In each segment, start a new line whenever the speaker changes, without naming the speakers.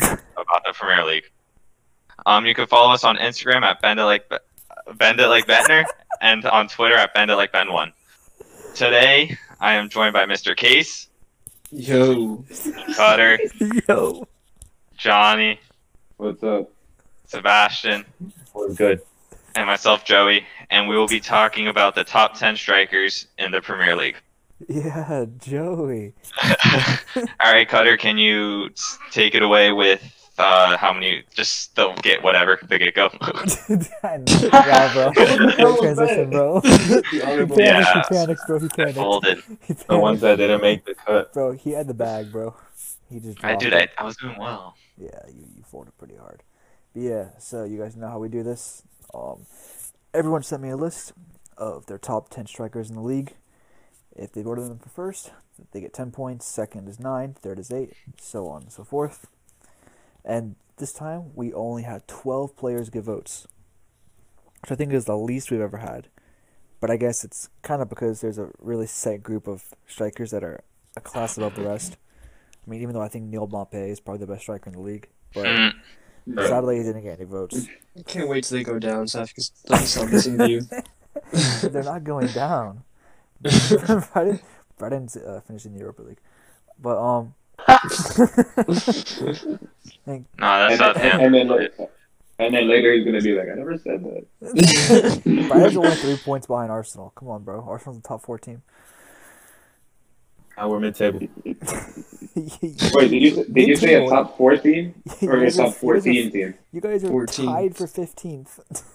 uh, Premier League. Um, you can follow us on Instagram at Bend It Like Be- Bend It Like Bentner and on Twitter at Bend It Like Ben One. Today, I am joined by Mr. Case,
Yo,
Cutter,
Yo.
Johnny,
what's up?
Sebastian,
was good.
and myself, Joey, and we will be talking about the top 10 strikers in the Premier League.
Yeah, Joey.
All right, Cutter, can you s- take it away with uh, how many? Just the get whatever the get go.
yeah, bro. Great transition, bro.
The honorable
Yeah.
Panic, he panicked, bro. He panicked.
Folded.
He
The ones
panicked.
that didn't make the cut.
Bro, he had the bag, bro. He just.
I
dropped
dude,
it.
I, I was doing well.
Yeah, you, you folded pretty hard. But yeah, so you guys know how we do this. Um, everyone sent me a list of their top 10 strikers in the league. If they voted them for first, they get 10 points. Second is 9, third is 8, so on and so forth. And this time, we only had 12 players give votes, which I think is the least we've ever had. But I guess it's kind of because there's a really set group of strikers that are a class above the rest. I mean, even though I think Neil Maupay is probably the best striker in the league, but
Mm,
sadly he didn't get any votes.
I can't wait till they go down, Seth, because doesn't sound missing to you.
They're not going down. Brighton, Brighton's uh, finished in the Europa League, but um,
no, that's not him.
then, like, and then later he's gonna be like, I never said that.
Brighton's only three points behind Arsenal. Come on, bro. Arsenal's the top four team.
Now we're mid table.
Wait, did you did you say a top four team or a
guys are-
top
you
fourteen
guys
team?
are- You guys are
14th.
tied for fifteenth,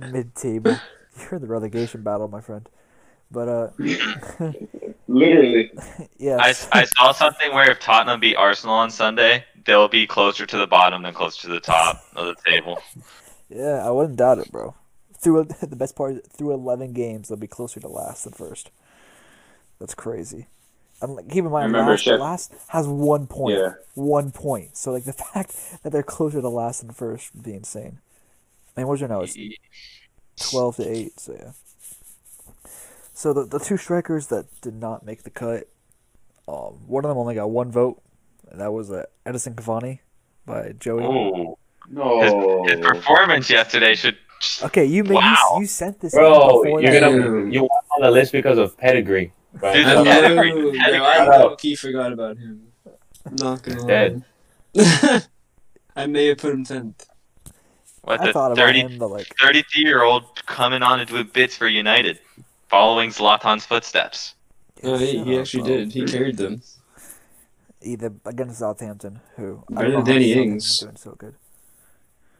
mid-table. You're in the relegation battle, my friend. But uh,
Literally,
yeah.
I, I saw something where if Tottenham beat Arsenal on Sunday, they'll be closer to the bottom than close to the top of the table.
Yeah, I wouldn't doubt it, bro. Through the best part, is through eleven games, they'll be closer to last than first. That's crazy. I'm like, keep in mind,
Remember
last,
Shef-
last has one point,
Yeah.
one point. So like the fact that they're closer to last than first would be insane. I mean, what's your know? It's twelve to eight. So yeah. So the the two strikers that did not make the cut, um, one of them only got one vote, and that was uh, Edison Cavani by Joey.
Ooh,
no,
his performance yesterday should.
Okay, you made,
Wow.
you, you sent this
Bro,
in before
you're
that.
gonna you want on the list because of pedigree. Right?
Dude,
I
the
know,
That's-
pedigree-
bro,
pedigree.
I low-key forgot about him. Not gonna
Dead.
lie. I may have put him 10th.
What
I
the
thought about
30,
him, but like,
32 year old coming on to do bits for United, following Zlatan's footsteps.
No, he,
shut
he
up,
actually
bro.
did. He carried them.
Either against Southampton, who I
Better
don't know
than
how
Danny
Southampton's
Ings.
doing so good.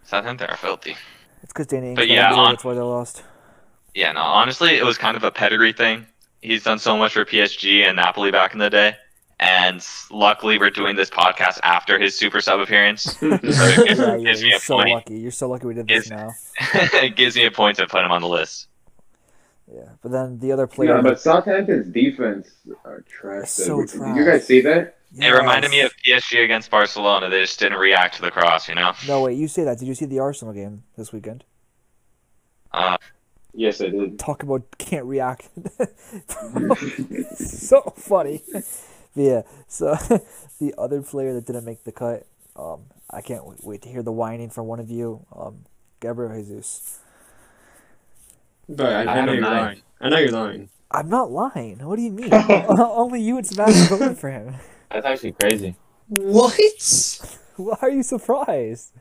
Southampton are filthy.
It's because Danny Ings.
But
got
yeah, uh,
injured,
on-
that's why they lost.
Yeah, no, honestly, it was kind of a pedigree thing. He's done so much for PSG and Napoli back in the day. And luckily, we're doing this podcast after his super sub appearance. So it gives,
Yeah, yeah,
gives me
you're
a
so
point.
lucky. You're so lucky we did this
Gives-
now.
it gives me a point to put him on the list.
Yeah, but then the other player.
yeah, but Southampton's defense are trash.
So
though. Did
trash.
you guys see that?
It reminded me
Yes.
of PSG against Barcelona. They just didn't react to the cross, you know?
No wait, you say that. Did you see the Arsenal game this weekend?
Uh,
Yes, I did.
Talk about can't react. so funny. But yeah, so the other player that didn't make the cut, um, I can't wait, wait to hear the whining from one of you, um, Gabriel Jesus.
Bro, I, I,
I
know
don't
you're
know.
lying. I know you're lying.
I'm not lying. What do you mean? Only you and Sebastian voted for him.
That's actually crazy.
What?
Why are you surprised?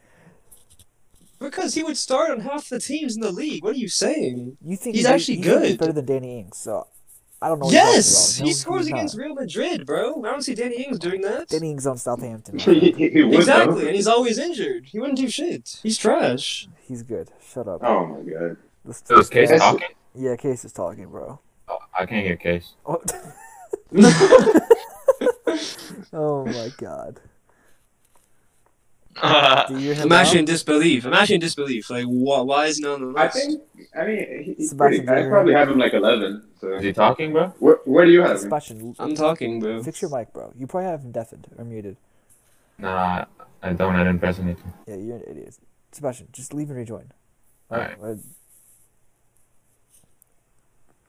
Because he would start on half the teams in the league. What are you saying?
You think
He's
you-
actually
you think he's
good.
better than Danny Ings? So I don't know. What you're talking
yes!
about. No,
he
he's
scores
not.
against Real Madrid, bro. I don't see Danny Ings doing that.
Danny Ings on Southampton.
He- he- he would, though.
Exactly, and he's always injured. He wouldn't do shit. He's trash.
he's good. Shut up.
Oh my god.
This-
So is Case
yeah,
talking?
yeah, Case is talking, bro.
Oh, I can't hear Case.
Oh, oh my god. Do you hear him?
I'm
now?
actually in disbelief. I'm actually in disbelief. Like, why, why is he not on the list?
I think. I mean, he, he's
Sebastian
pretty, I
Gerrard.
probably have him like eleven. So
Is he talking, bro?
where, where do you have him?
Sebastian,
I'm talking, bro.
fix your mic, bro. You probably have him deafened or muted.
Nah, I don't. I didn't press anything.
Yeah, you're an idiot. Sebastian, just leave and rejoin.
All right.
Uh,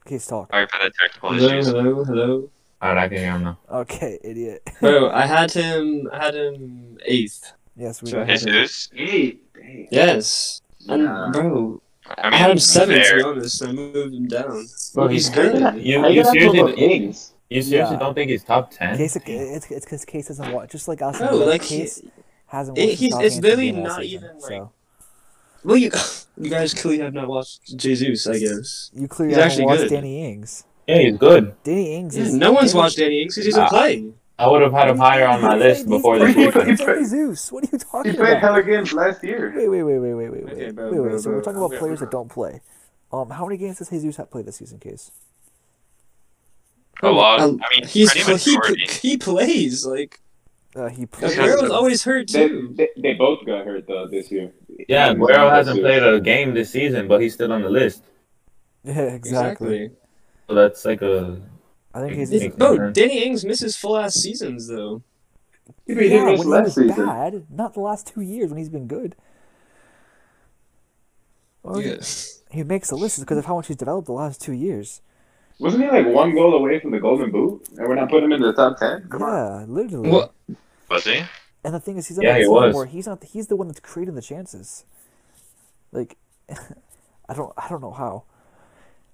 Case talk.
sorry for the technical
Hello,
issues.
hello, hello.
All right, I can hear him now.
Okay, idiot.
Bro, I had him. I had him eighth.
Yes, we
Sure.
don't have it.
Jesus.
Hey, dang.
Yes. And
Nah.
bro,
I
I
mean,
had him seven to
there.
be honest. I moved him down.
Bro, he's
He's good.
good. You,
How you
you
gonna have to look
seriously,
games?
you seriously
Yeah.
don't think he's top ten?
Case, it's it's because Case doesn't watch. Just like us,
Bro, like he,
Case hasn't
it-
watched.
he's-
Southampton
it's literally
game all
not
season,
even,
So
well, you, you guys clearly have not watched Jesus, I guess.
you clearly
he's
haven't
actually
watched
good.
Danny Ings.
Yeah, he's good.
Danny Ings
Yeah,
is.
no one's
Danny-
watched Danny Ings because he doesn't
Uh,
play.
I would have had him higher on my list before this
He's
weekend.
playing Jesus. What are you
He
talking
played
about?
hella games last year.
Wait, wait, wait, wait, wait, wait, wait.
Okay,
wait,
bro,
wait.
bro,
so we're
bro,
talking about
okay,
players that
bro.
don't play. Um, how many games does Jesus have played this season, Case?
A lot.
Um,
I mean,
He's
pretty much
he,
majority.
he plays like
Uh, he played.
Aguero's always hurt
They,
too.
they, they both got hurt though this year.
Yeah,
He was
Guerrero
on this
hasn't
year.
played a game this season, but he's still on the list.
Yeah, exactly.
So that's like a
I think he's.
Exactly.
Yeah,
It-
Bro, Danny Ings misses full ass seasons though.
He
when
played
he
games last
was
season.
bad, not the last two years when he's been good. Or
Yeah.
He makes the list because of how much he's developed the last two years.
Wasn't he like one goal away from the Golden Boot, and we're not putting him in the top ten? Come on.
yeah, literally.
Well,
Was he?
And the thing is, he's on
Yeah,
that
he
team
was.
where he's not. He's the one that's creating the chances. Like, I don't. I don't know how.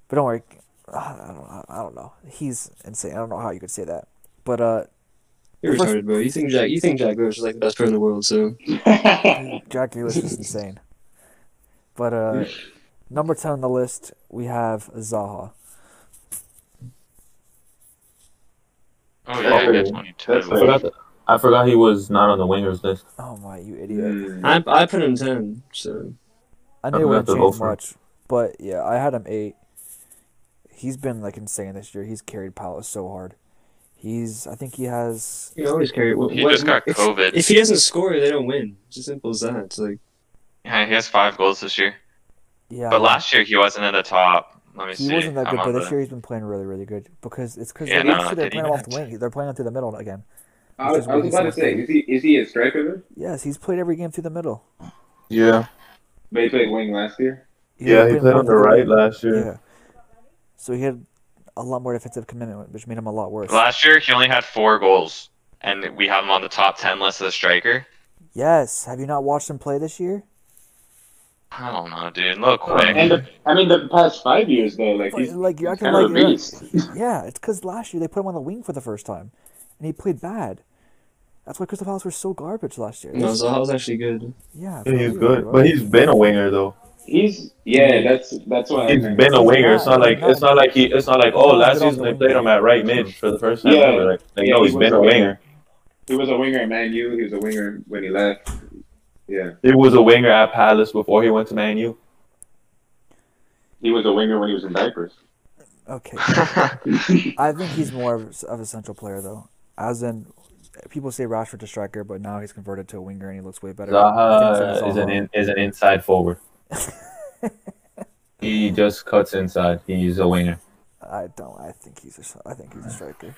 But don't worry. I don't. I don't know. He's insane. I don't know how you could say that. But uh,
You're
First-
retarded, bro. You think Jack? You think Jack Grealish is like the best player in the world? So
Jack Grealish is insane. But uh, number ten on the list we have Zaha.
Oh yeah, he had
Oh,
22.
that's
I
fair.
forgot. The, I forgot he was not on the wingers list.
Oh my, you idiot!
Mm.
I I put him ten. So
I
I'm
knew
gonna
it
have
wouldn't
to
change
vote for him.
much, but yeah, I had him eight. He's been like insane this year. He's carried Palace so hard. He's. I think he has
you always carry. What,
He
what-
just got
if,
COVID.
if he doesn't score, they don't win. It's as simple as that. It's like
Yeah, he has five goals this year.
Yeah,
But last year he wasn't in the top. Let me
he
see.
wasn't that
I'm
good,
on
but
the-
this year he's been playing really, really good because it's because
Yeah,
they're,
no,
actually they're
did he
playing him off
not?
the wing. They're playing him through the middle again.
I was, I was about to say, is he is he a striker? Then?
Yes, he's played every game through the middle.
Yeah.
But he played wing last year.
last
Yeah, so he had a lot more defensive commitment, which made him a lot worse.
Last year he only had four goals, and we have him on the top ten list as a striker.
Yes, have you not watched him play this year?
I don't know, dude. Look
And
quick.
the, I mean, the past five years though, like
Like,
he's
like you're acting
kind of
like
a
you're-
beast.
yeah, it's because last year they put him on the wing for the first time, and he played bad. That's why Crystal Palace were so garbage last year.
no, Zaha's actually good.
yeah,
he's been a winger though.
He's yeah, that's that's why. I
He's
mean,
been a winger. It's not like
Yeah.
it's not like he. It's not like oh, last season they played him at right mid for the first time.
Yeah.
ever. Like, like no, he's been a winger.
he was a winger at Man U. He was a winger when he left. Yeah,
He was a winger at Palace before he went to Man U.
he was a winger when he was in diapers.
okay.
I
I think he's more of, of a central player though. As in, people say Rashford to striker, but now he's converted to a winger and he looks way better. I
Zaha
think
is
so,
an in, is an inside forward. he just cuts inside. He's a winger.
I don't. I think he's a. s- I think he's a striker.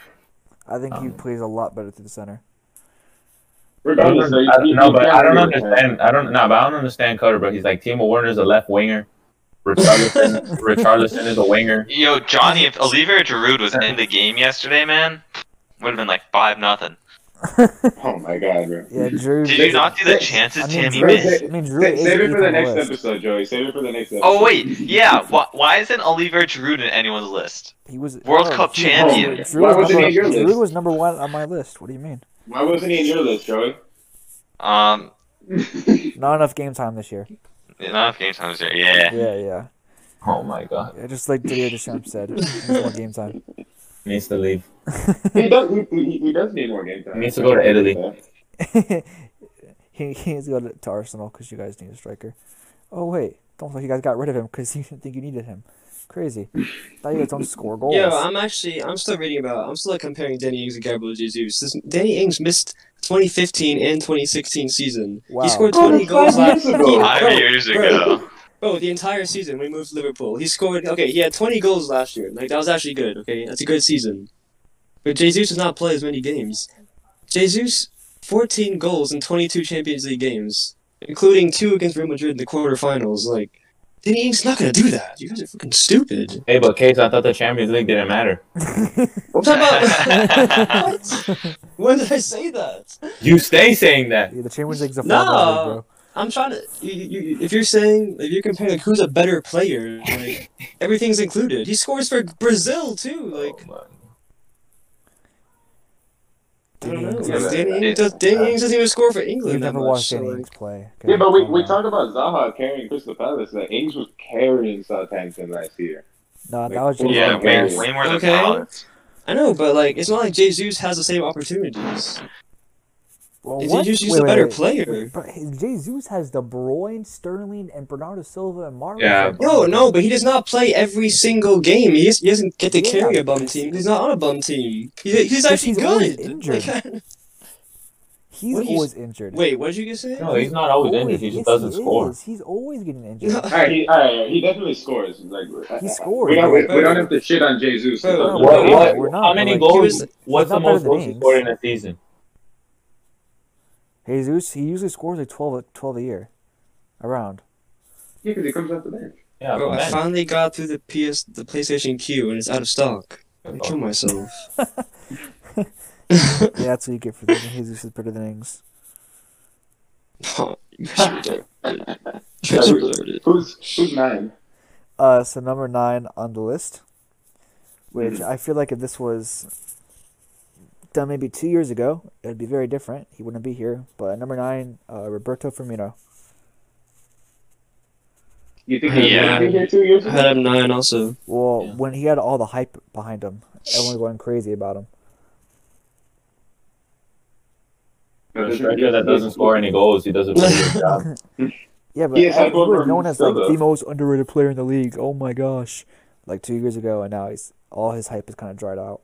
I think
Um.
he plays a lot better through the center.
Regardless, so you-
I don't-
you-
no,
you
but
can't
I don't
really-
understand. I don't no, but I don't understand Cutter, bro. He's like Timo Werner's a left winger. Richarlison, Richarlison is a winger.
Yo, Johnny, if Olivier Giroud was in the game yesterday, man, would have been like five nothing.
Oh my god, bro.
Yeah, Drew.
Did you not see the chances
I mean,
Tammy
Drew,
missed?
I mean, Drew
Sa-
is
Save it for the
Ethan
next
West.
episode, Joey. Save it for the next episode.
Oh wait, yeah. Why, why isn't Olivier Giroud in anyone's list?
He was
World
no,
Cup
he-
champion.
Drew,
Why
was
wasn't he
number,
on your
Drew
list?
was number one on my list. What do you mean?
Why wasn't he in your list, Joey?
Um,
Not enough game time this year.
enough game times here. Yeah.
Yeah, yeah.
Oh my god,
yeah just like Didier Deschamps said, he needs more game time.
needs to leave.
he does. He, he, he does need more game time.
He needs to go to Italy.
he, he needs to go to, to Arsenal because you guys need a striker. Oh wait, don't think you guys got rid of him because you didn't think you needed him. Crazy. Now you guys don't score goals.
Yo, I'm actually I'm still reading about. I'm still like, comparing Danny Ings and Gabriel Jesus. This, Danny Ings missed 2015 and 2016 season.
Wow.
He scored
Oh,
20
that's
goals
five years
last.
ago.
Five years ago.
Bro, Oh, the entire season when he moved to Liverpool, he scored. Okay, he had 20 goals last year. Like that was actually good. Okay, that's a good season. But Jesus does not play as many games. Jesus, 14 goals in 22 Champions League games, including two against Real Madrid in the quarterfinals. Like Danny Ink's not gonna do that. You guys are fucking stupid.
Hey, but Case, I thought the Champions League didn't matter.
I'm talking about what? When did I say that?
You stay saying that.
Yeah, the Champions League's a
No.
four-man league, bro.
I'm trying to. You, you, you- if you're saying if you're comparing like, who's a better player, like everything's included. He scores for Brazil too. Like
Oh
I
Danny
don't know.
Ings-
Like,
Yeah,
Danny,
yeah.
Ings does, Danny Ings doesn't even score for
You've
England that
never
much.
watched
So,
Danny
like,
Ings play. okay?
Yeah, but we, we
Come on.
talked about Zaha carrying Crystal Palace. That Ings was carrying Southampton last year.
No, that was just
Yeah,
Okay.
way, way more than
Okay.
Palace.
I know, but like it's not like Jesus has the same opportunities.
Well,
If
what?
you just use
Wait,
a
wait,
better
wait.
player.
But his- Jesus has De Bruyne, Sterling, and Bernardo Silva and Mario.
Yeah.
No, no, but he does not play every single game. He, is, he doesn't get to
Yeah.
carry a bum team. He's not on a bum team. He, he's actually
he's always
good.
injured.
Like,
He's
What do you-
always injured.
wait, what did you just say?
No, he's not always injured. He
yes,
just doesn't
he
score.
is. He's always getting injured.
No.
All right, he, all right, he definitely scores. Like
He
I- I-
scored.
We don't, we,
bro.
we don't have to shit on Jesus.
Bro,
No,
No,
What,
we're
what,
not, we're not,
how
but,
many
like,
goals?
was-
what's
he's not
the
better
most
than
goals he
Ings.
scored in a season?
Jesus, he usually scores like 12, a- 12 a year, around.
Yeah, because he comes off the bench.
Yeah,
Bro,
but
I
man,
finally got through the PS, the PlayStation Q, and it's out of stock. I kill myself.
Yeah, that's what you get for thinking Jesus is better than Ings.
You guys are retarded. You guys are retarded.
Who's who's nine?
Uh, so number nine on the list, which I feel like if this was done maybe two years ago, it'd be very different. He wouldn't be here. But at number nine, uh, Roberto Firmino.
You think he
Yeah.
yeah. been here two years
I
ago?
had him nine also.
Well,
Yeah.
when he had all the hype behind him, everyone was going crazy about him.
a striker that doesn't score any goals, he doesn't do his job.
Yeah, but
Yes, I vote
everyone-
for
no one has like
Silva.
the most underrated player in the league. Oh my gosh! Like two years ago, and now he's all his hype is kind of dried out.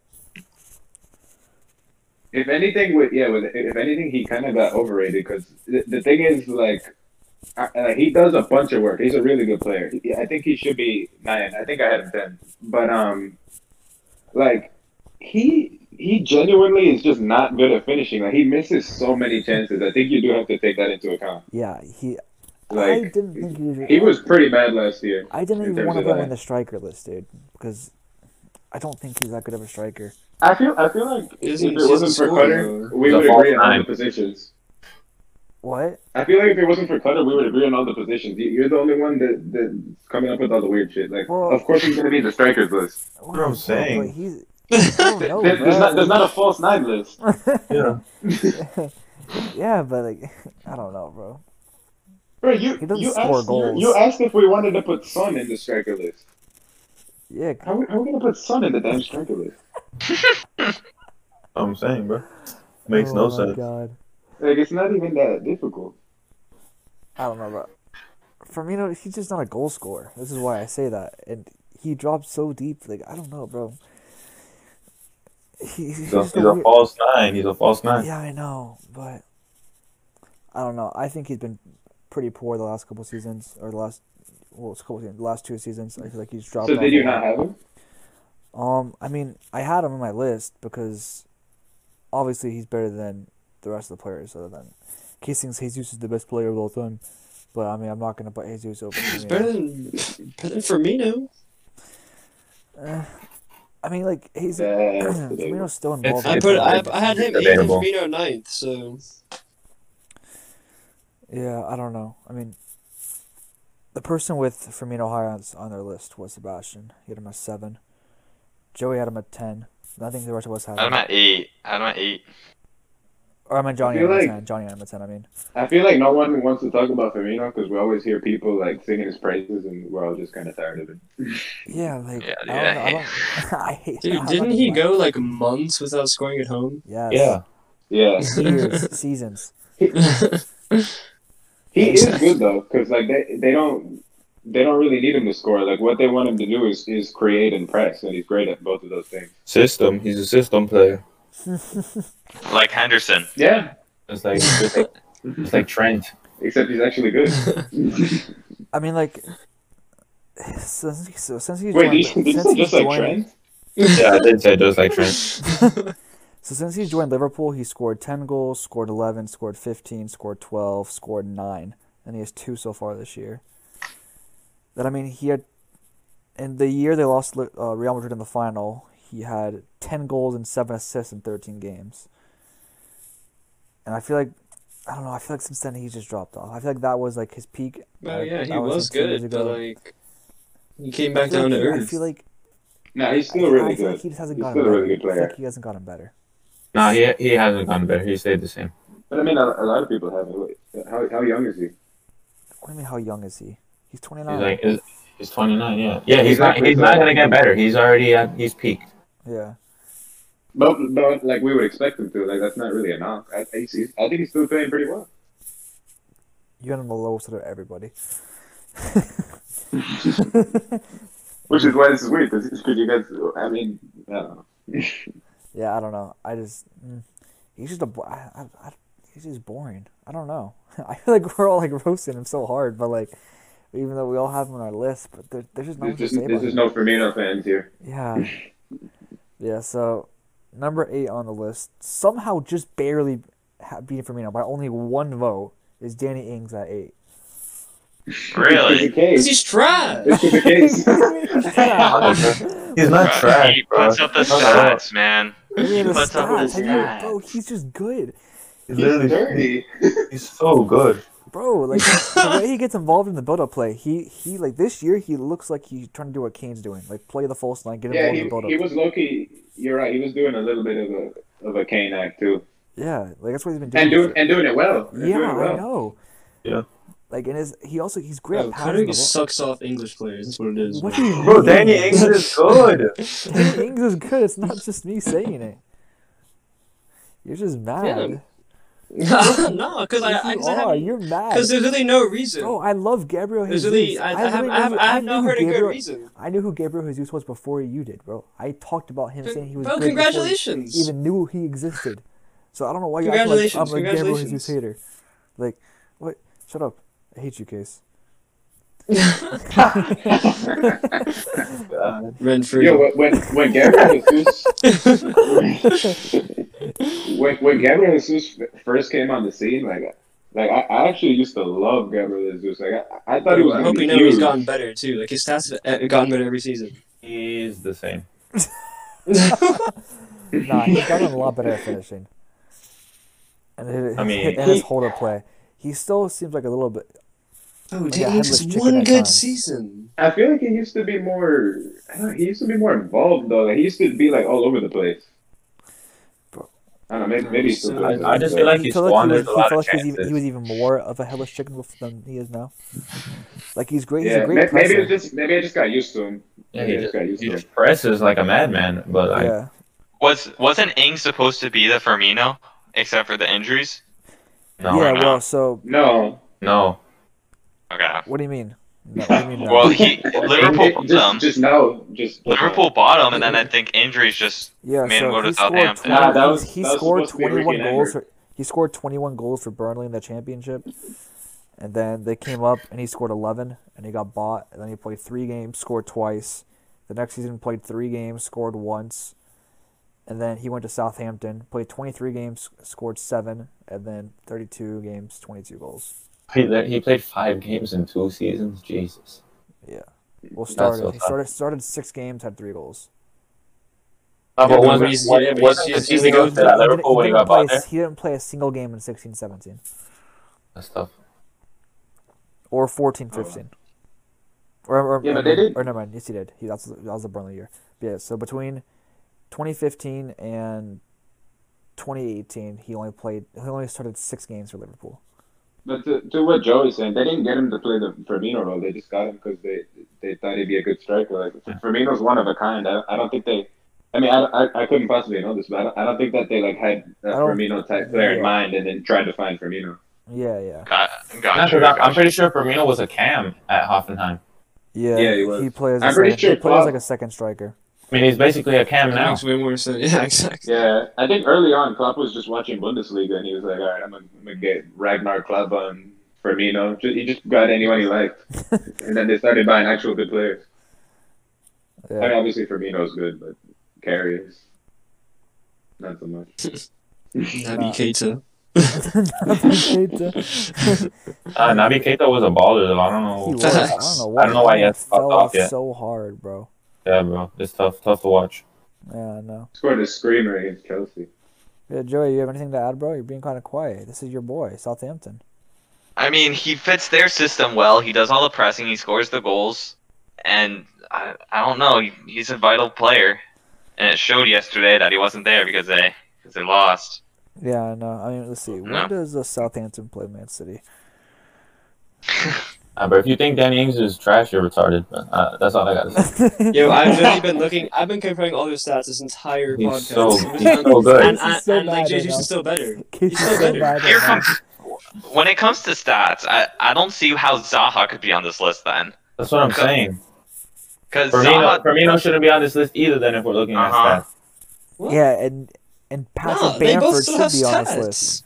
If anything, with yeah, with if anything, he kind of got overrated because the, the thing is like. I, uh, he does a bunch of work. He's a really good player. He- I think he should be nine. I think I had him ten, but um, like he he genuinely is just not good at finishing. Like he misses so many chances. I think you do have to take that into account.
Yeah, he. I
Like
didn't think he was.
he was pretty bad last year.
I didn't
in
even
terms
want to
of
put him
that.
on the striker list, dude, because I don't think he's that good of a striker.
I feel I feel like
He
if
doesn't-
it
he
wasn't
doesn't
for
score,
Cutter,
though.
we
He's a
would
false
agree on all
nine.
the positions.
What?
I feel like if it wasn't for Cutter, we would agree on all the positions. You- You're the only one that that's coming up with all the weird shit. Like,
Well-
of course he's gonna be in the strikers list.
What
I'm
the fuck?
saying.
Like, he's. I
I
don't know,
There- there's not
bro.
there's not a false nine list.
Yeah.
yeah, but like, I don't know, bro.
Bro, you
He doesn't
you
score
asked,
goals.
you, you asked if we wanted to put Son in the striker list.
Yeah,
How, we- how are we gonna put Son in the damn striker list?
I'm saying, bro.
oh my God,
Like, it's not even that difficult.
I don't know, bro. Firmino, he's just not a goal scorer. This is why I say that, and he dropped so deep. Like, I don't know, bro. He, he's
He's a,
just a
he's a
weird-
false nine. He's a false nine.
Yeah, I know, but I don't know. I think he's been pretty poor the last couple seasons, or the last well, it's a couple seasons, the last two seasons. I feel like he's dropped.
So
off
did
a
you
lot.
not have him?
Um, I mean, I had him on my list because obviously he's better than the rest of the players. Other than Case thinks Jesus is the best player of all time, but I mean, I'm not gonna put Jesus over.
He's
Firmino.
better than, better than Firmino.
Eh, I mean, like he's
Yeah.
Firmino's still involved.
I
It's
put I,
like-
I had him
it's
eighth and
debatable.
Firmino ninth. So
Yeah, I don't know. I mean, the person with Firmino high on, on their list was Sebastian. He had him at seven. Joey had him at ten. I think the rest of us had
I had him
him.
at eight. I had him at eight.
Or I meant Johnny
I
had
feel
him at
like-
ten. Johnny had him at ten. I mean,
I feel like no one wants to talk about Firmino because we always hear people like singing his praises, and we're all just kind of tired of it.
yeah, like
Yeah,
I
yeah,
don't know. I, don't, I hate. I
dude,
don't
didn't
like
he
him.
go like months without scoring at home?
Yes.
Yeah.
Yeah,
Years, seasons.
he is good though because like they they don't they don't really need him to score. Like what they want him to do is is create and press, and he's great at both of those things.
System. He's a system player.
Like Henderson.
Yeah,
It's like it's like, it's like Trent.
except he's actually good.
I mean, like since he- so since he
Wait,
joined,
did you, did you
since
say
he's
just like
joined-
Trent?
Yeah, I did say just like Trent.
So since he's joined Liverpool, he scored 10 goals, scored 11, scored 15, scored 12, scored 9, and he has 2 so far this year. That I mean, he had in the year they lost Li- uh, Real Madrid in the final. He had ten goals and seven assists in thirteen games. And I feel like I don't know. I feel like since then he's just dropped off. I feel like that was like his peak.
Well,
Like,
yeah, he
that
was
like, two years
good, but
ago.
like he came
I
back
feel
down to
like he- I
earth.
feel like
No, he's still
I-
really
I feel like he
good.
just hasn't
He's
gotten
still a
better.
really good
I feel
player.
like he hasn't gotten better.
No, he he hasn't gone better. He stayed the same.
But I mean, a, a lot of people have it. Wait, How, how young is he?
What do you mean? How young is he? He's twenty
He's
nine.
like he's, he's 29. Yeah, yeah. He's not
Exactly.
he's not gonna get better. He's already at he's peaked.
yeah,
But, but like we would expect him to. Like that's not really a knock. I, I, he's- I think he's still playing pretty well.
you got him the lowest out of everybody.
Which is why this is weird because you guys. I mean, I don't know.
Yeah, I don't know. I just mm, he's just a bo- I, I, I, he's just boring. I don't know. I feel like we're all like roasting him so hard, but like even though we all have him on our list, but there, there's just not much
There's
to
just
say about
there's just
him.
no Firmino fans here.
Yeah, yeah. So number eight on the list, somehow just barely ha- beating Firmino by only one vote, is Danny Ings at eight.
Really?
Because
This is
he's trash.
the case. This is the case.
He's not trash,
he
bro.
puts up the
He's not trash.
stats, man.
I mean, the
What's up with
stats,
his
I mean, bro, he's just good,
He's
He's
literally
dirty.
he's so good.
bro. Like the way he gets involved in the build-up play, he he like this year he looks like he's trying to do what Kane's doing, like play the false nine, get
Yeah,
involved
he,
in the build-up.
he was low key. You're right. He was doing a little bit of a of a Kane act too,
Yeah, like that's what he's been doing.
and doing and doing it well. And
yeah,
doing it
I
well.
know.
Yeah.
Like and his he also he's great
Bro,
at passing the
Cutting
ball.
sucks off English players. That's what it is.
What
bro.
do you
Bro,
mean?
Danny Ings is good.
Danny Ings is good. It's not just me saying it. You're just mad.
no, because I,
Yes,
I
you
just
are.
haven't.
You're mad.
Because there's really no reason.
Bro, I love Gabriel
there's
Jesus.
really, I, I, have,
literally
I have,
knew-
I have
knew
not
who
heard a good
Gabriel-
reason.
I knew who Gabriel Jesus was before you did, bro. I talked about him saying he was
Bro,
great before he
congratulations.
even knew he existed. So I don't know why you're acting like I'm
Congratulations,
a Gabriel Jesus
congratulations.
hater. Like, what? Shut up. I hate you, Case.
Renfrew.
Yo, when- when when Gabriel Jesus when when Gabriel Jesus first came on the scene, like like I, I actually used to love Gabriel Jesus. Like I, I thought he was.
I
gonna
hope
be
you know he's
huge.
gotten better too. Like his stats have uh, gotten better every season.
He's the same.
Oh,
Nah, he's gotten a lot better at finishing. And his,
I mean,
his, and his
he-
hold up play. He still seems like a little bit.
Oh,
Yeah,
Danny Ings
headless
is
chicken
one
at
good
times.
season.
I feel like he used to be more. I don't know, he used to be more involved though. Like, he used to be like all over the place.
Bro.
I don't know. Maybe, maybe he's still
I-
doing
I
that,
just
but-
feel like
he
he
felt like he was,
squanders a
he,
lot
felt
of
like he was even, he
chances.
was even more of a headless chicken bef- than he is now. Like he's great. he's
yeah,
a great
may- maybe
presser.
it's just maybe I just got used to him.
Yeah,
maybe
he
I just
just,
got used
he
to him.
just presses like a madman, but like
yeah.
Was wasn't Ing supposed to be the Firmino, except for the injuries?
no,
yeah.
no.
Well, so
No,
no.
Okay.
what do you mean? No, what do you mean no?
Well, he Liverpool
Just-
bought
just,
him.
just no, just
Liverpool bought him, and then I think injuries just
yeah.
man,
so
go to
he scored 20,
Southampton.
Nah, that was-
he
that was
scored
supposed to be Ricky
21 goals.
Lambert.
For, he scored 21 goals for Burnley in the championship. And then they came up and he scored 11 and he got bought. And then he played three games, scored twice. The next season, played three games, scored once. And then he went to Southampton, played 23 games, scored seven, and then 32 games, 22 goals.
He, he played five games in two seasons. Jesus.
Well,
That's
started.
so
he
tough.
started started six games, had three goals.
No, Uh,
Yeah,
but
but
wasn't
he's-
wasn't-
yeah, but
wasn't
he's-
the
he's
season
the
he was
goat.
at
He didn't-
Liverpool
he
when he
didn't
got
play
bought
a-
there?
he didn't play a single game in 16 17
That's tough.
or 14 15. Or, or,
Oh. Yeah,
or,
but they did-
or never mind. Yes, he did. He, that's, that was the Burnley year. But yeah, so between 2015 and 2018, he only played. He only started six games for Liverpool.
But to, to what Joey's saying, they didn't get him to play the Firmino role. They just got him because they they thought he'd be a good striker. Like Firmino's one of a kind. I, I don't think they. I mean, I, I, I couldn't possibly know this, but I don't, I don't think that they like had a
I don't-
Firmino type player
Yeah.
in mind and then tried to find Firmino.
Yeah, yeah,
got,
Not
got
sure, I'm I'm pretty sure Firmino was a cam at Hoffenheim.
yeah.
Yeah, he was.
plays.
I'm pretty sure
he plays
Klopp-
like a second striker.
I mean, he's basically a cam
That
now.
makes way more sense. Yeah, exactly.
Yeah, I think early on Klopp was just watching Bundesliga and he was like, "All right, I'm gonna, I'm gonna get Ragnar Klopp on Firmino." Ju- He just got anyone he liked, and then they started buying actual good players. I mean,
Yeah.
obviously Firmino's good, but carries not so much.
Naby Keita.
Nabi Keita.
Uh, Nabi Keita was a baller though. I don't
He
know.
was. I don't know why.
I don't know why he
he
hasn't
fell
popped
off
off yet.
so hard, bro.
Yeah, bro, it's tough, tough to watch.
Yeah, I know.
Scored a screamer against Chelsea.
Yeah, Joey, you have anything to add, bro? You're being kind of quiet. This is your boy, Southampton.
I mean, he fits their system well. He does all the pressing. He scores the goals, and I, I don't know. He, he's a vital player, and it showed yesterday that he wasn't there because they because they lost.
Yeah, I know. I mean, let's see.
No.
When does uh, Southampton play Man City?
Uh, but if you think Danny Ings is trash, you're retarded. But, uh, that's all I got to say.
Yo, I've literally been looking. I've been comparing all their stats this entire
He's
podcast.
so-
It was
he's
not-
so good.
And,
This
and,
is so
and, like
bad right
Jesus
now.
is still better.
He's
so
so
bad
bad
Here
right now.
comes when it comes to stats. I, I don't see how Zaha could be on this list then,
That's what I'm saying.
because
Firmino,
Zaha.
Firmino shouldn't be on this list either. Then, if we're looking at
Uh-huh.
stats,
What?
Yeah, and and Patrick
No, they
Bamford
both still have
should be on
stats.
this list.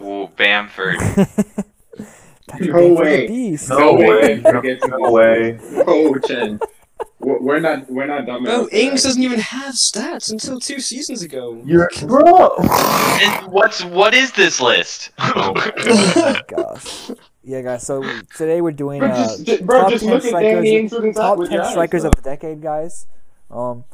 Ooh, Bamford.
Patrick
No
Bamford's a
way.
beast.
No way.
no way.
No chance. Oh, We're we're not. We're not dumb.
Bro,
enough for
Ings
that.
doesn't even have stats until two seasons ago.
You're bro.
And what's what is this list?
Oh, gosh. Yeah, guys. So today we're doing
Bro,
uh,
just, bro,
top
just
10
look at
strikers-
Danny Ings with his
top
with your
ten
eyes,
strikers
bro.
of the decade, guys. Um,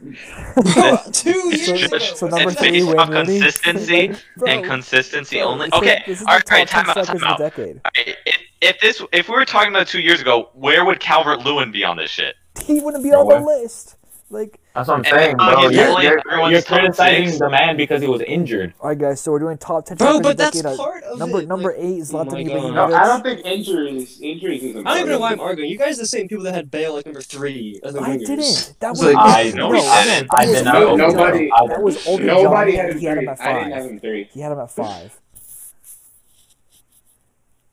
Bro, two years ago.
so number
It's
three,
based
Wayne
on
Rooney.
consistency
Bro,
and consistency
bro,
only.
this is-
Okay,
this is the
all right,
top
all
10
right, time out,
strikers
time
of
out.
the
Uh,
decade.
Alright, If, if this if we were talking about two years ago, where would Calvert Lewin be on this shit?
He wouldn't be
No
on
way.
the list. Like,
That's what I'm
And
saying,
now
bro.
he's
You're,
playing
you're,
everyone's
you're
top
criticizing
six.
the man because he was injured.
all right, guys. So we're doing top ten
Bro,
strikers
but
of the
that's
decade. Uh,
part of
number
it.
number
like, oh
eight, Zlatan
my God.
Ibrahimovic.
No, I don't think injuries. Injuries is.
I don't even know why I'm arguing. You guys are the same people that had Bale like number three as the
I
wingers.
didn't. That
It's
was
like-
I know
we
no,
didn't.
that
I
was
did not
Olden
No-
John.
nobody-
That was Olden
Nobody
John.
had him
He had him
three.
at
I didn't have
five.
him three.
He had him at five.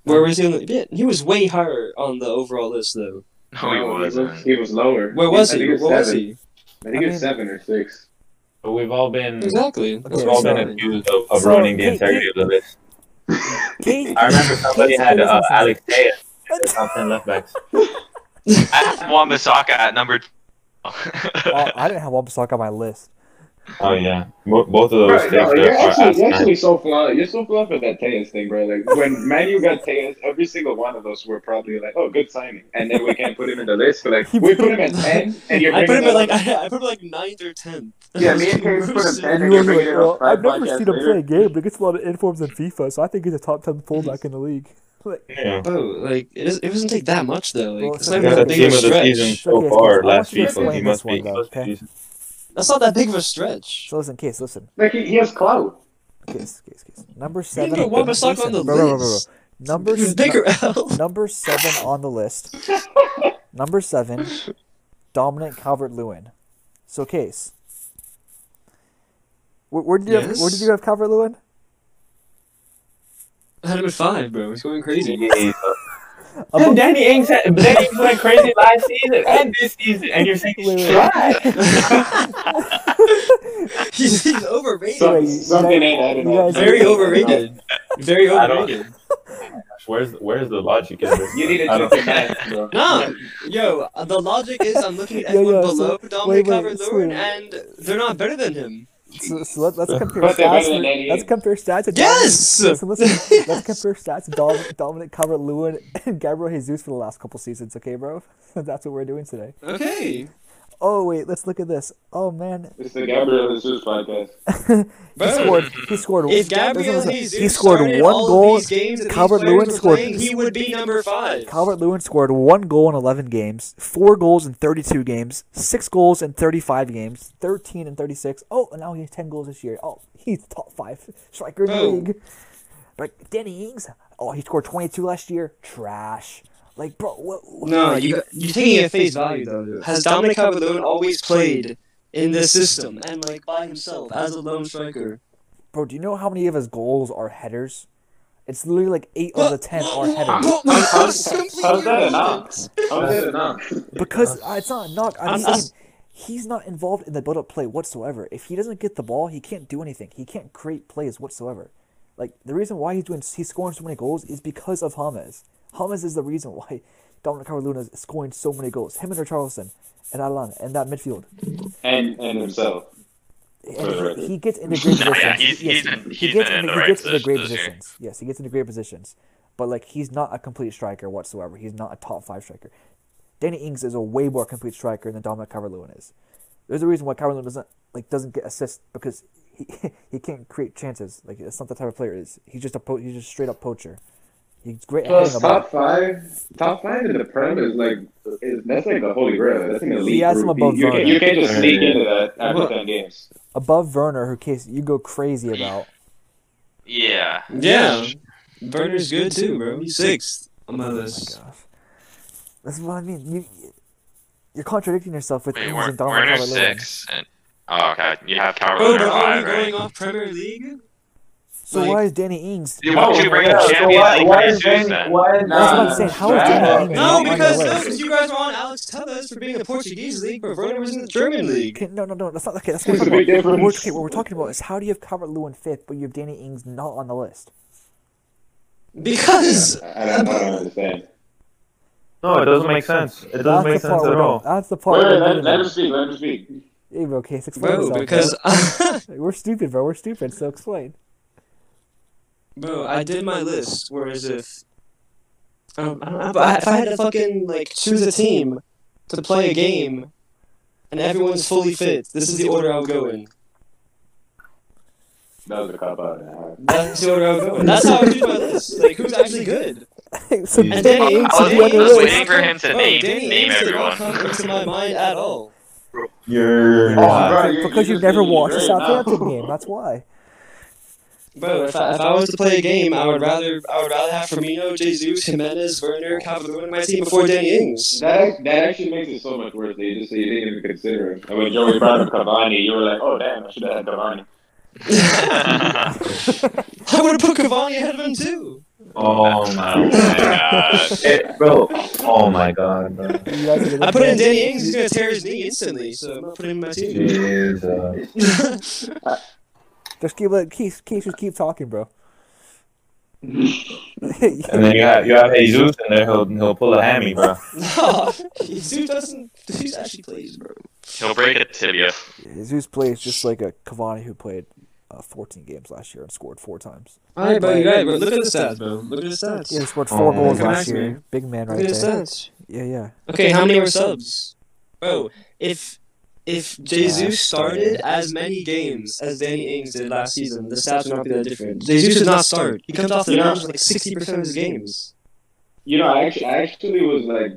Where was he on the bit? He was way higher on the overall list though.
No, he wasn't.
Oh, He was lower.
Where was
I
he?
think
Where
it
was
seven.
he?
I think
I
it's
mean-
seven or six.
But we've all been
Exactly. That's
we've
Okay,
what
all
I'm
been
saying.
accused of, of
So,
ruining the
Kate-
integrity of the list.
Kate,
I remember somebody had uh, Alex Day as the top ten left backs.
I had Juan Bissaka at number. two.
Oh, I didn't have Wambasaka on my list.
Oh yeah, Bo- both of those
Bro, no,
things
you're
are, are
actually, you're
asinine.
actually so flawed. You're so flawed for that Tejas thing, bro. Like when Manu got Tejas, every single one of us were probably like, "Oh, good signing," and then we can't put him in the list. But like
You
we
put
put him at ten, and you're
I put
bringing
him at
up-
like I, I put him like ninth or tenth.
Yeah, me and Kate put him
And
And
he
then you
was like,
bring it up
uh,
five
I've never
podcasts
seen him
later.
play a game, but he gets a lot of informs in FIFA, so I think he's a top 10 fullback in the league. Like,
Yeah.
Bro, like it, is, it doesn't take that much though. Like,
Well,
it's
so
not
you
even
got
that
the
big of
team
a
of the
stretch.
season. so far, last FIFA, he must be- must be
That's not that big of a stretch.
so listen, Case, listen.
Like he, he has clout.
Case, Case, Case. Number
You
seven.
didn't put Wambasaka on the
Bro, bro, bro, bro.
list.
Number,
He's bigger.
nu- number seven on the list. Number seven, Dominic Calvert Lewin. So, Case. Where, where, did you have, where did
Yes?
you have Calvert Lewin?
I had him at five, bro. He's going crazy.
uh, And Danny Ings, had- Danny Ings went crazy last season and this season, and you're saying he's
Wait, wait.
trash.
he's, he's overrated.
So-
Wait, you
something
guys-
ain't adding
you
up.
guys-
Very overrated. Very
I don't-
overrated.
Where's where's the logic in this?
You need to
I
check
don't-
the math, bro.
No, yo, the logic is I'm looking at
Yeah,
everyone
yeah, so-
below
wait,
Dominic
wait,
Calvert Lewin,
so-
and they're not better than him.
So, so let, let's compare
But they're better
stats.
than
with-
Danny
Let's
Ings.
compare stats. with Dominic-
Yes.
Listen, listen. Let's compare stats. Dom, Dominic Calvert Lewin and Gabriel Jesus for the last couple seasons, okay, bro? That's what we're doing today.
okay,
Oh wait, let's look at this. Oh man,
It's the Gabriel Jesus podcast.
he
Bro.
scored. He scored.
If
listen,
Gabriel
listen,
Jesus
he scored
started
one
all
goal.
of these games that these
Calvert
players
Lewin
were
scored.
playing, he would be number five.
Calvert Lewin scored one goal in 11 games, four goals in 32 games, six goals in 35 games, 13 and 36. Oh, and now he has 10 goals this year. Oh, he's top five striker in the
Bro.
league. But Danny Ings, oh, he scored 22 last year. Trash. Like, bro, what? what-
No, you you're taking it at face value though. Has Dominic Calvert Lewin always played in this system and like by himself as a lone striker?
bro, do you know how many of his goals are headers? It's literally like eight of the 10 are headers.
What- what- that's completely
how's that a knock?
irrelevant.
How is it not?
Because uh, it's not a knock. I'm,
I'm-
saying
I'm-
he's not involved in the build-up play whatsoever. If he doesn't get the ball, he can't do anything. He can't create plays whatsoever. Like the reason why he's doing he's scoring so many goals is because of James. James is the reason why Dominic Carvalho is scoring so many goals. Him and Richarlison and Alan and that midfield
And and himself.
and he- he gets into great
Nah,
positions.
yeah, he's-
yes,
he's
he
in- he's
gets,
been in
into,
the
he
right
gets into great
positions this year.
positions. Yes, he gets into great positions, but like he's not a complete striker whatsoever. He's not a top five striker. Danny Ings is a way more complete striker than Dominic Calvert-Lewin is. There's a reason why Calvert-Lewin doesn't like doesn't get assists because he he can't create chances. Like that's not the type of player he is. He's just a po- he's just straight up poacher. He's great at
Plus,
hitting the ball.
top five, top five in the Prem is like is, that's like the holy grail. That's an elite
asked him
group.
about
You, can,
Vardy.
you can't just sneak
Yeah.
into that after ten games.
above Werner, who case you go crazy about.
Yeah.
Yeah. Burner's good too, bro. He's sixth on my list.
Oh my gosh. That's what I mean. You you're contradicting yourself with
Wait,
Ings
we're,
and
we're
Dominic
in
Calvert-Lewin.
six. And, oh, okay. You have Calvert
Bro,
Lewin
but
at
are we
five,
going
right?
off Premier League?
So
Like-
why is Danny Ings?
Dude, why don't you bring up
So
Champions
why-
League
why
for
is
Jesus
Danny-
then?
why
That's what I'm
not?
saying. How is
Nah.
Danny Ings
No,
not on
because
your
no,
list?
because you guys were on Alex Tellez for being a Portuguese league, but Werner was in the German league.
Okay, no, no, no. That's not okay. That's not
What's the
what we're,
big
talking about. We're-
difference?
okay, what we're talking about is how do you have Calvert Lewin fifth, but you have Danny Ings not on the list?
Because
I don't, I don't understand.
No, Oh, it doesn't make sense. It doesn't
That's
make
the part.
sense at
we don't-
all.
That's the
Wait,
part.
wait,
we're
let,
doing
let him
it.
speak. Let him speak.
Hey, bro, okay, explain yourself.
bro, because
we're stupid, bro. We're stupid. So explain.
bro, I did my list. Whereas if um, I don't know, but if I had to fucking like choose a team to play a game, and everyone's fully fit, this is the order I would go in.
That was a cop out. and a half.
That's the order I would go in. That's how I choose my list. Like who's actually good.
so,
And
And Danny Ings.
I was-
Danny
I was
Ings-
waiting for him to
Bro,
name-
Danny
name
Ings did not
everyone.
come into my mind at all.
You're
Oh,
not.
bro, you-
because
you just-
you've never
you
watched a
great
Southampton
now.
game, that's why.
Bro, if I, if I was to play a game, I would rather I would rather have Firmino, Jesus, Jimenez, Werner, Calvert-Lewin on my team before Danny Ings.
That, that actually makes it so much worse that you just you didn't even consider it. And when Joey brought up Cavani, you were like, oh damn, I should have had Cavani.
I would have put Cavani ahead of him too.
Oh my
God.
god, bro. Oh my god, bro.
You guys are
I put in Danny Ings, he's gonna tear his knee instantly, so I'm not putting him in my team.
Jesus.
Just keep let Keith, Keith just keep talking, bro.
And then you have you have Jesus in there. He'll he'll pull a hammy, bro.
no, Jesus doesn't. Jesus actually plays, bro.
He'll break a tibia.
Jesus plays just like a Cavani who played uh, 14 games last year and scored four times.
All right, bro, you're right, bro. Look at the stats, bro. Look at the stats.
Yeah, he scored four
Oh.
goals
Come
last
back,
year.
man.
Big man
Look
right
at the
there.
stats.
Yeah, yeah.
Okay, how many were subs? Bro, if if Jesus started as many games as Danny Ings did last season, the stats would not be that different. Jesus did not start. He comes off the bench like sixty percent of his games.
You know, I actually, I actually was like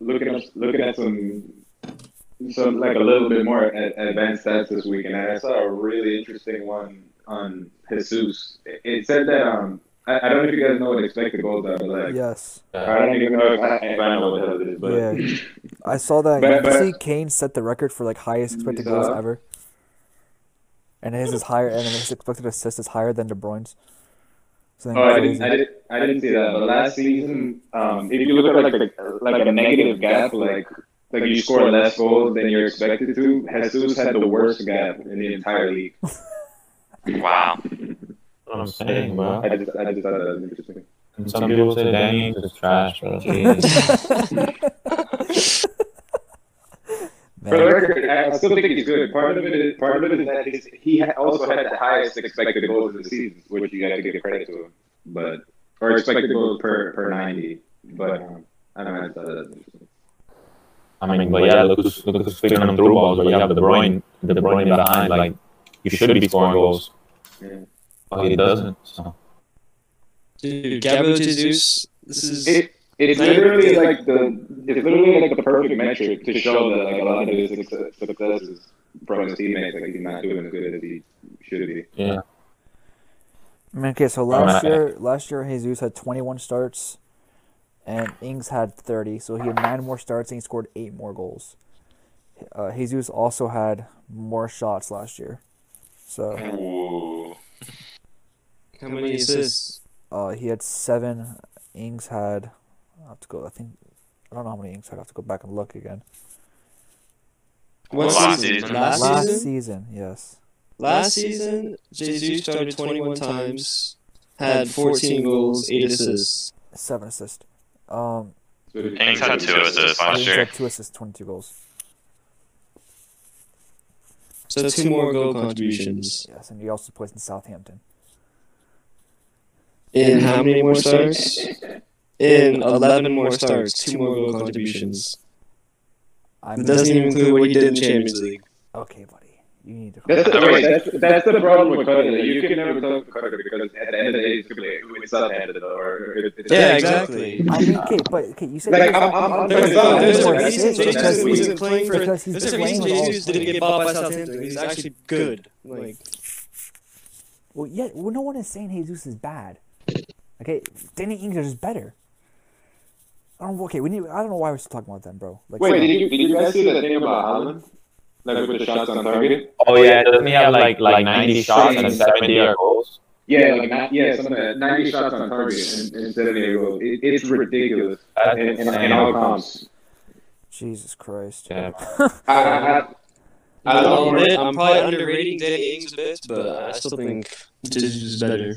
looking up, looking at some, some like a little bit more a- advanced stats this weekend, and I saw a really interesting one on Jesus. It- It said that um, I, I don't know if you guys know what expected goals are, but like,
Yes.
I don't even know if I, if I know what the hell it is, but
Yeah. I saw that.
But-
you
but-
see Kane set the record for like highest expected
Yeah.
goals ever. And his is higher, and his expected assist is higher than De Bruyne's. So
Oh, I didn't, I didn't, I didn't see that. But last season, um, if you look at like the, like a negative gap, like like you score less goals than you're expected to, Jesus had the worst gap in the entire league.
Wow.
what I'm saying, bro.
I just, I just thought that was interesting.
And some people say Danny Ings is trash, bro.
For the record, I I still think he's good. Part of it is part of it is that he's, he ha- also had the highest expected goals of the season, which you got to give credit to him. But or expected goals per per ninety. But um, I don't know. I just thought that was interesting.
I mean, but yeah, look who's look who's picking them through balls. But you have De Bruyne, De Bruyne behind. Like you should be scoring goals.
Yeah.
But Oh, he doesn't. So.
Dude, Gabriel Jesus, this is
It, it's literally like the it's literally like the perfect metric to show that like a lot of his success, success is from his teammates. Like he's not doing as good as he should be.
Yeah.
I mean, okay, so
Alright.
last year, last year Jesus had 21 starts, and Ings had 30, so he had nine more starts and he scored eight more goals. Uh, Jesus also had more shots last year, so
Ooh.
how many assists?
uh, he had seven. Ings had, I have to go. I think I don't know how many Ings had. I have to go back and look again.
What
Last
season?
season.
Last,
last
season.
season yes.
Last season, Jesus started twenty-one times, had fourteen goals, eight assists.
Seven assists. Um,
Ings had two assists last
Ings
year.
had two assists, 22 goals.
So two more goal contributions.
Yes, and he also plays in Southampton.
In how many more starts? In 11 more starts, two more goal contributions.
I'm
It doesn't even include what he did in Champions League.
okay, buddy. You need to.
That's the,
Otherwise-
wait, that's, that's the problem with Kodak. You can never talk Kodak because at the end of the day, it's completely it's Southampton or it's, it's
Yeah, exactly.
I mean, okay, but okay, you said
Like I'm, I'm, I'm
There's,
sorry,
there's
that's it, that's
a reason
it, that's
Jesus
it.
wasn't playing for.
because he's
There's a
playing
reason
with all
Jesus didn't get bought by Southampton. He's actually good. Like
Well, yeah, well, no one is saying Jesus is bad. Okay, Danny Ings is better. I don't. Okay, we need. I don't know why we're still talking about them, bro. Like,
Wait, did you, did you guys see that thing about Holland? Like with the shots on target?
Oh yeah, doesn't he have like like 90 shots and
Six.
70 are goals?
Yeah, like not, yeah, something like that. 90 shots on target instead of 80 goals. It, it's ridiculous
That's
in, in, in
insane.
all comps.
Jesus Christ.
Yeah.
I, I, I, I
I'll
don't
admit,
know.
I'm probably underrating Danny Ings a bit, but I still think Jesus is better.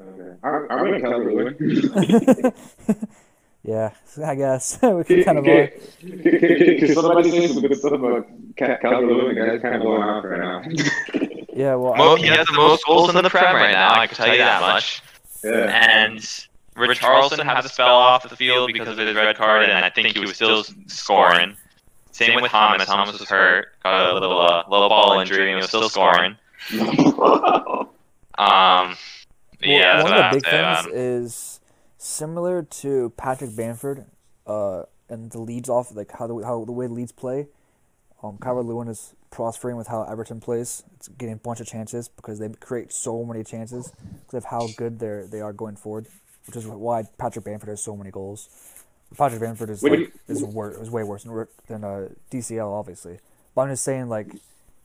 Okay. I'm, I'm gonna cover Lewin.
yeah, I guess we can kind of.
Okay. Can somebody say some good stuff about Calvin Lewin? The guy's kind of going off right now.
Yeah, well,
Mo,
I,
he has the most goals in the Prem right now, I can tell you that much.
yeah.
And Richarlison had to spell off the field because of his red card, and I think he was still scoring. Same with Thomas. Thomas was hurt, got a little uh, low ball injury, and he was still scoring. Um,
well,
yeah, that's
one
what
of the
I have
big
to say about
things is similar to Patrick Bamford, uh, and the Leeds off like how the how the way Leeds play. Um, Kyra Lewin is prospering with how Everton plays. It's getting a bunch of chances because they create so many chances because of how good they they are going forward, which is why Patrick Bamford has so many goals. Patrick Bamford is
When
like,
you-
is, wor- is way worse than, than uh, DCL, obviously. But I'm just saying, like,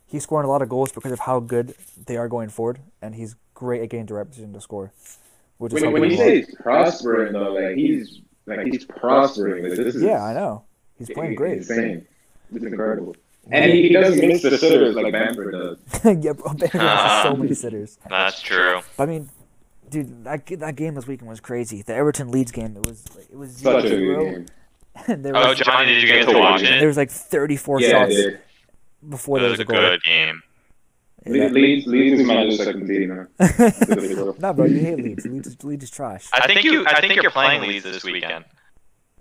he's scoring a lot of goals because of how good they are going forward, and he's great at getting direct position to score. Which is
When,
helping
when you
him a lot.
say he's prospering, though, like he's like he's prospering. Like, this is
yeah, I know he's playing great.
Insane. It's incredible. And he, he doesn't miss the sitters like Bamford does.
yeah, bro, Bamford has so many sitters.
that. um, That's true.
But, I mean, dude, that g- that game this weekend was crazy. The Everton Leeds game, it was like, it was zero
Such a good
zero.
game.
and there
Oh,
was
Johnny, did you get to watch
there
it?
was like 34
Yeah,
shots
dude.
before
It
there
was
was
a
a goal.
good game.
Le- Leeds, Leeds is my second team. huh?
no, bro, you hate Leeds. Leeds is, Leeds is trash.
I think you. I think you're playing Leeds this weekend.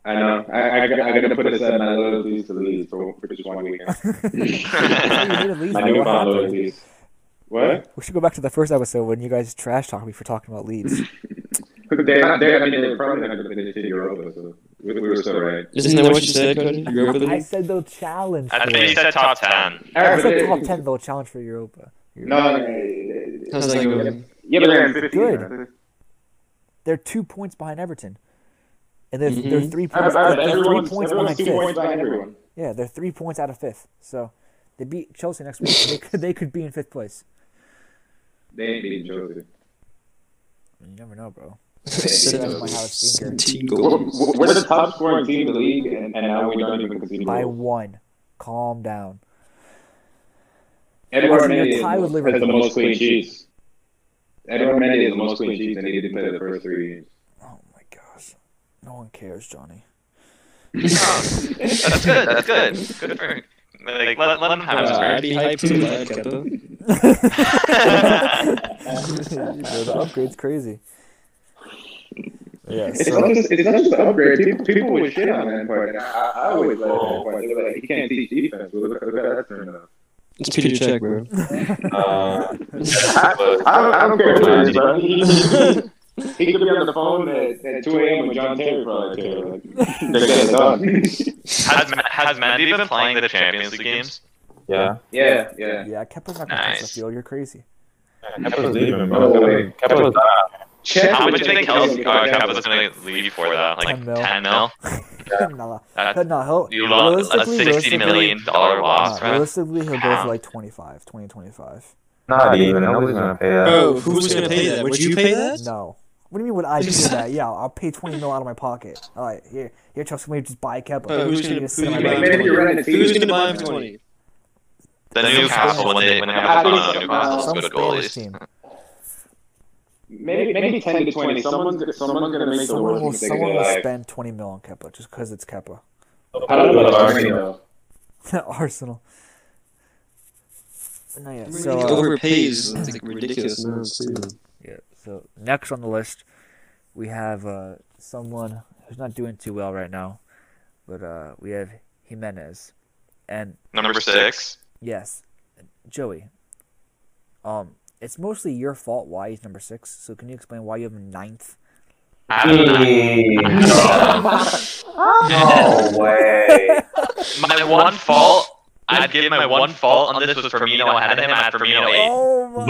I know. I, I, gotta- I gotta put aside my loyalties to Leeds for, for just one weekend.
You hated Leeds,
My
bro. What
newfound
happened?
loyalties. What?
We should go back to the first episode when you guys trash talked me for talking about Leeds.
They're not. They're, I mean, they're probably not gonna finish in Europa, so we, we were still right.
Isn't that what you said, Cody? Europa
I
League?
said they'll challenge.
I
for
think you
it.
said top ten.
I
Alright, but
said
they-
top ten. They'll challenge for Europa.
No, no, no,
Sounds like a-
yeah, but they're in 15.
Good. They're two points behind Everton, and they're, they're three
I, I,
points. they're- they're three
Mm-hmm. everyone's,
points
everyone's
behind
two
fifth.
points behind everyone.
Yeah, they're three points out of fifth. So they beat Chelsea next week. they, could, they could be in fifth place.
They ain't beating Chelsea.
You never know, bro.
Seven
That's my house stinker.
seventeen
We're,
goals.
we're the top scoring team in the league, and, and now we don't even concede
By
goals.
one. Calm down.
Edward
We're in a
Mendy
tie with
is- has the
Liverpool.
most clean sheets. Edward Mendy is the most clean sheets, and he didn't play the first three games.
Oh my gosh. No one cares, Johnny.
That's good. That's good. Good for. Like, let, let him
Uh,
have his
I'd
first.
be hyped too, but I kept it.
Bro, the upgrade's crazy. Yeah.
It's not just, it's not just the upgrade. People, people would shit on that part. and I, I I always like that part. They're like, he can't teach defense. Well, look, look at that turned out.
It's Peter Check, bro.
Uh,
I don't, I don't care who it is, bro. He, he could be on the phone at, at 2 a.m. with John Terry for all I care. Like, they're getting done.
Has Ma- Has Mendy been playing the Champions League games?
yeah.
Yeah, yeah.
Yeah, I kept putting my nice.
Nice.
the field. You're crazy.
Kepa's leaving,
No
bro.
way.
Kepa's out.
Oh, Check
How much do you think Kelsey
Kelsey-
uh, Cap was going to leave for that? Like
10 mil.
10 mil?
nah,
That's-
that, nah, he'll,
Uh, You lost a
realistically-
60 million dollar
Nah,
loss, man.
realistically, he'll go for like 25, 20, 25.
Not even. Nobody's gonna pay that.
Bro, who was gonna pay that? Would you pay that?
No. What do you mean would I do that? Yeah, I'll pay 20 mil out of my pocket. All right, here, here, Chelsea, we just buy Kepa.
Uh, who's
You
gonna-
just sit
who's
on
gonna
my
buy
bench.
him? Who's gonna buy him
him
for twenty?
The Newcastle, when they, when they
I
have
think
fun,
so.
Newcastle's
Some
good
Spanish
goalies.
team.
Maybe, maybe 10 to 20. Someone's, someone's going to make the
Someone
worst
will,
mistake of
someone
their
will
life.
spend 20 mil on Kepa just because it's Kepa.
I don't know about Arsenal.
Arsenal. No, yeah.
Everybody
So, uh,
overpays like ridiculous amounts too.
yeah. So next on the list, we have uh, someone who's not doing too well right now, but uh, we have Jimenez, and
Number six.
yes, Joey. Um, it's mostly your fault why he's number six. So can you explain why you have him ninth?
I don't
No way.
My one fault. I'd give my one fault on this was Firmino ahead of him. I had Firmino eight.
Oh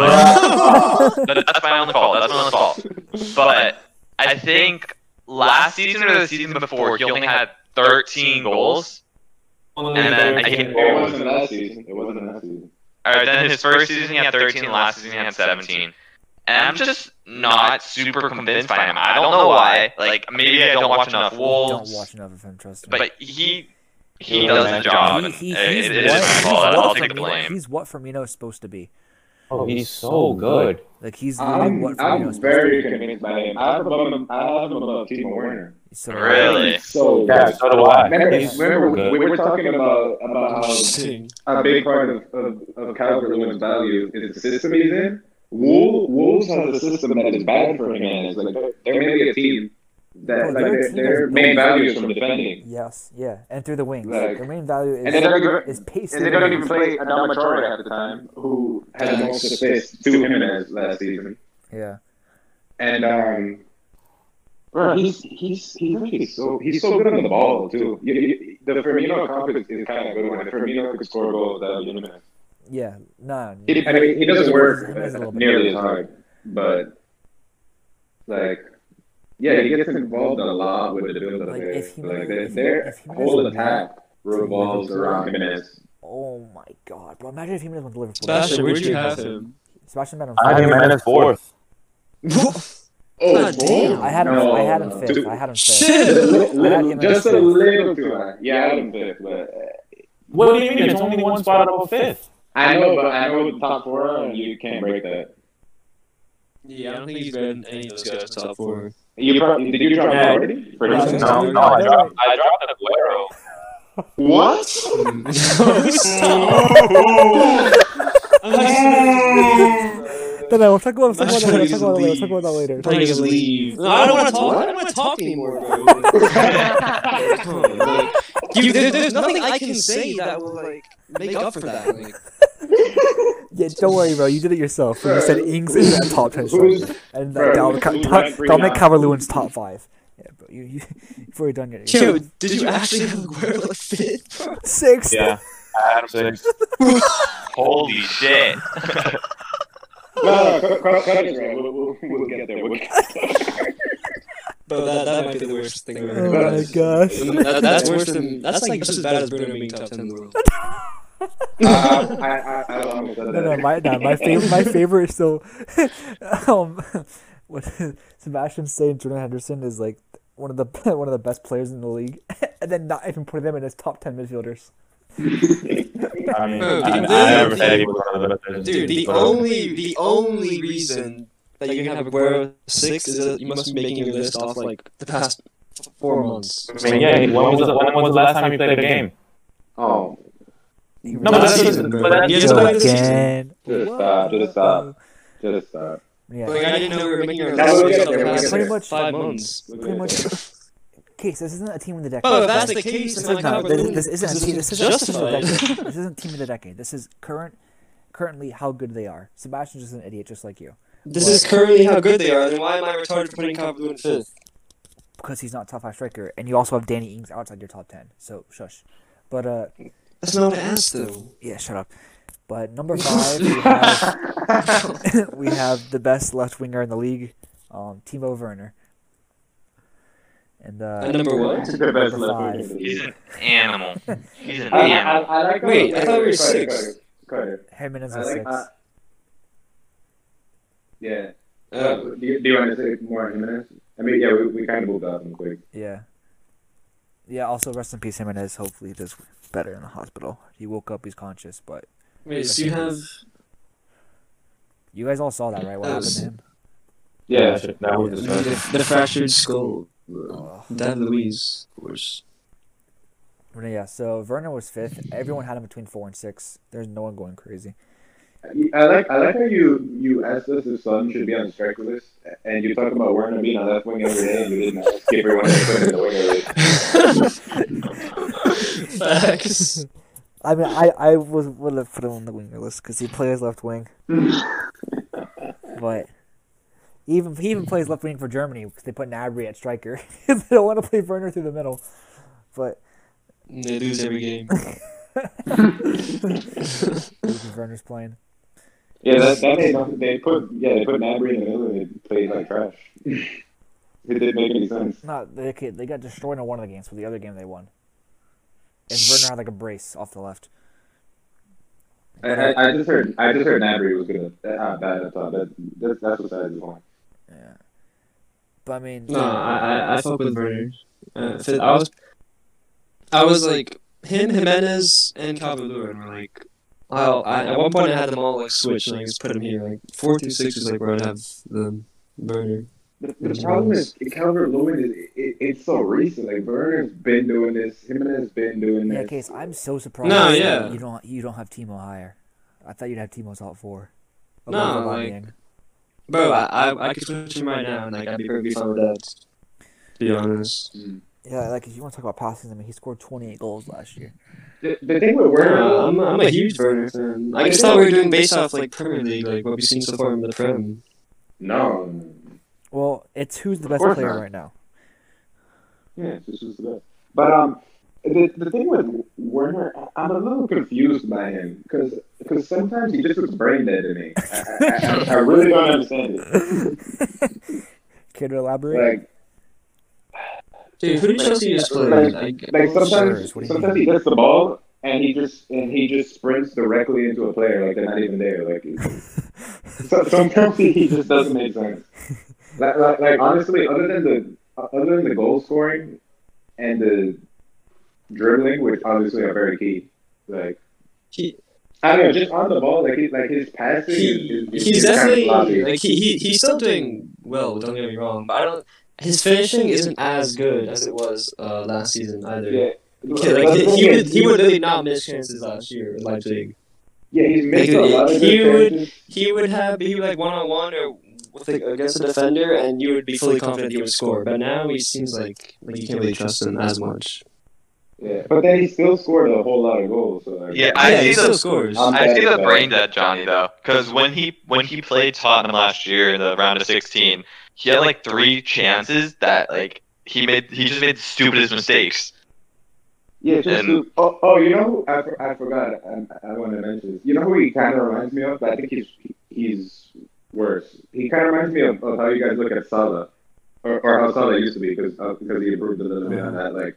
But- But that's my own fault. That's my own fault. But I think last season or the season before, he only had 13 goals.
And
And then I
It
can't-
wasn't last season. It wasn't last season.
All right, then his first season he had 13, last season he had 17. And I'm just not super convinced by him. I don't know why. Like maybe I don't watch enough
Don't
Wolves,
watch enough of him. Trust me.
but he he does the job.
He-
and
he-
It
he's
eh, it is my
what- he's
fault.
what
I'll take the
Firmino-
blame.
He's what Firmino is supposed to be.
Oh, he's so good.
Like he's literally what
I'm,
Firmino
I'm
is supposed
very
to be.
convinced by him. I have him above, I have him above Timo Werner.
So,
Really?
So
Yeah, so do I.
Remember,
He's
remember
so good.
we, we were talking about about how
Interesting.
a big part of, of, of Calvert-Lewin's value is the system he's in. Wolves, Wolves has a system that is bad for Jimenez. Like they're, they're maybe a team
Oh,
that like
they're a
their,
team
their
that's
main
built-
value is from defending,
Yes, yeah, and through the wings.
Like-
Their main value is
and they don't even
is pace.
and they
through
don't
the
even
wings.
play Adama Traore half the time, who had the most assists to Jimenez last season.
Yeah,
And um, bro, he's he's he's really so he's so good on the ball too. You, you, the Firmino comp is, is kind of a good one. If Firmino could score goals, that would be Jimenez.
yeah, nah.
He, I mean, he doesn't work
He does a little bit.
nearly as hard, but like, yeah, he gets involved a lot with the build-up
Like,
there.
if he-
like their,
if-
their
if he
whole
doesn't-
attack revolves around Jimenez.
Oh my god, bro! Imagine if he went to Liverpool.
Sebastian, where'd you have him?
Sebastian Benham.
I had him at fourth.
Oh,
God damn.
I had him.
No,
I had him fifth.
dude.
I had him fifth.
Shit.
I had him at
just a
fifth.
little too high. Yeah, Adam fifth, but
What do you mean? It's only one spot above fifth.
I know, but I know the top four are, and you can't break that.
Yeah, I don't think he's better than any of those guys top four.
You probably did you drop
Yeah.
already?
No,
Pretty soon.
no, I dropped. I dropped Aguero.
What?
No, no, we'll talk about we'll talk
Imagine
about that later.
he's
We'll talk
leaves.
about that later.
Like, just leave. No, I don't want to talk. I don't want to talk anymore, bro. Come on, like, you, there- there's nothing I can say that will like make up for that. Like,
Yeah, don't worry, bro. You did it yourself. You said Ings is a top ten striker,
Who's
and
bro,
that Dominic Ca-
who's
Dom-
ranked
Dominic
right now?
Calvert-Lewin's top five. Yeah, bro. You you you've already done it.
yo, did you actually have Aguero like fifth? bro?
Six.
Yeah, I had him sixth.
Holy shit!
No, no, cut, cut it, right? We'll, we'll, we'll get there. We'll get
Bro, that, that might be the worst thing I've ever
Oh
heard.
my gosh.
That, that's worse than. That's like just as bad as Bruno being top ten in the world.
Uh, I, I, I almost said
No, no,
that.
my no, my favorite, my favorite is still, um, what Sebastian saying Jordan Henderson is like one of the one of the best players in the league, and then not even putting them in his top ten midfielders.
I mean,
Bro,
I, I
dude,
never said
dude,
he was one of the best players. in
Dude, the
league, but-
only the only reason that you can have Aguero six is that you must be making your list off like the past four months.
I mean, yeah, when was, the, when was the last time you played a game?
Oh,
No, but that's
season, bro.
but that's
Joe
He has
just-
played this season.
again.
Just stop, just stop. just stop.
Yeah,
Like I didn't know we were making our
That's
list
okay,
off the
that's
past
okay.
like, five months.
pretty much. Case, this isn't a team of the decade.
Oh, if that's the case,
this
then
isn't,
my
no,
cover
this,
lose.
this isn't a team. This
This is
isn't team of the
justified.
decade. This isn't team of the decade. This is current, currently how good they are. Sebastian's just an idiot, just like you,
This is currently how good they are. Then why am I retarded for putting Calvert in fifth?
because he's not a top five striker, and you also have Danny Ings outside your top ten. So shush. But uh,
That's not what I asked though.
Yeah, shut up. But number five, we have, we have the best left winger in the league, um, Timo Werner. And
At
uh,
number what?
The best left
Five.
winger in the
He's
league.
an animal. He's an
Uh,
I, I,
animal.
I like how-
Wait, I thought we were
Carter,
six.
Carter, Carter.
Jimenez
I
is
like- uh,
six.
I- Yeah. Uh,
Uh,
do, you, do you want to say more on Jimenez? I mean, yeah, we, we kind of moved off him quick.
Yeah. Yeah. Also, rest in peace, Jimenez. Hopefully, he does better in the hospital. He woke up. He's conscious. But
wait, so you have
you guys all saw that, right? What happened to him?
Yeah, that shit- that was disgusting.
the, the fractured skull.
Oh.
Dan Louise, of course.
But yeah. So Werner was fifth. Everyone had him between four and six. There's no one going crazy.
I like I like how you you asked us if Son should be on the strike list, and you talk about Werner being on left wing every day, and you didn't ask if everyone to put him in the winger list.
Facts.
I mean, I, I was would have put him on the winger list because he plays left wing. but even he even plays left wing for Germany because they put Nabry at striker. they don't want to play Werner through the middle. But
They lose every game.
Werner's playing.
Yeah, that, that made no, they put yeah they put Nabry in the middle and they played like trash. it didn't make any sense.
Not they ca- they got destroyed in one of the games, but the other game they won. And Werner had like a brace off the left.
I, I, I just heard I just heard Nabry was good at uh, bad at top. That, that's that's besides the point.
Yeah. But I mean,
No, I I, I fuck with Werner. Uh, fit- I was, I was like him, Jimenez, and Cavalurin were like. I'll, I, at one point, I had them all like switched, and I just put them here. Like four two six was like where I'd have the burner.
The, the problem is Calvert Lewin is it, it's so recent. Like Werner's been doing this, Jimenez's been doing
yeah,
this.
case I'm so surprised.
No,
that
yeah.
You don't you don't have Timo higher. I thought you'd have Timo's out four.
No,
Above
like-
Aubameyang.
Bro, I, I I could switch him right now, and like I'd be perfectly fine with that. To be honest,
yeah, like if you want to talk about passing, I mean, he scored 28 goals last year.
The, the thing with Werner,
uh, I'm I'm a huge Werner fan. I just thought we were doing based off like Premier League, like what we've seen so far in the Prem.
no,
Well, it's who's the best
course
player
not.
right now.
Yeah, this was the best. But um, the, the thing with Werner, I- I'm a little confused by him because sometimes he just looks brain dead to me. I, I, I, I really don't understand it.
Care to elaborate?
Like
Dude, who did Chelsea just play? Like,
like sometimes
Sirs, what do you
sometimes he gets the ball and he just and he just sprints directly into a player like they're not even there. Like so, sometimes he he just doesn't make sense. Like, like, like honestly, other than the other than the goal scoring and the dribbling, which obviously are very key, like.
he,
I don't know, just on the ball, like he, like his passing.
he,
is, is, is
he's
kind of
definitely
sloppy.
like he, he he's still doing well. Don't get me wrong, but I don't. His finishing isn't as good as it was uh, last season either.
yeah.
Okay, like he, he would he would really not miss chances last year. Like
yeah, he's missed a
like,
lot of
he
good
would-
chances.
he would have be like one on one or with the, against a defender, and you would be fully confident he would score. But now he seems like like you can't really trust him as much.
Yeah, but then he still scored a whole lot of goals. So like,
Yeah, I
he
see
still
the
scores.
Um,
I see
Yeah,
the
but-
brain dead Johnny though, because when he when he played Tottenham last year in the round of 16, he had like three chances that like he made he just made the stupidest mistakes.
yeah. Just
and-
to- oh, oh, you know, who- I, for- I forgot. um, I, I want to mention this. You know who he kind of reminds me of? I think he's he's worse. He kind of reminds me of, of how you guys look at Salah, or, or how Salah used to be, because because he improved a little bit on that. Like,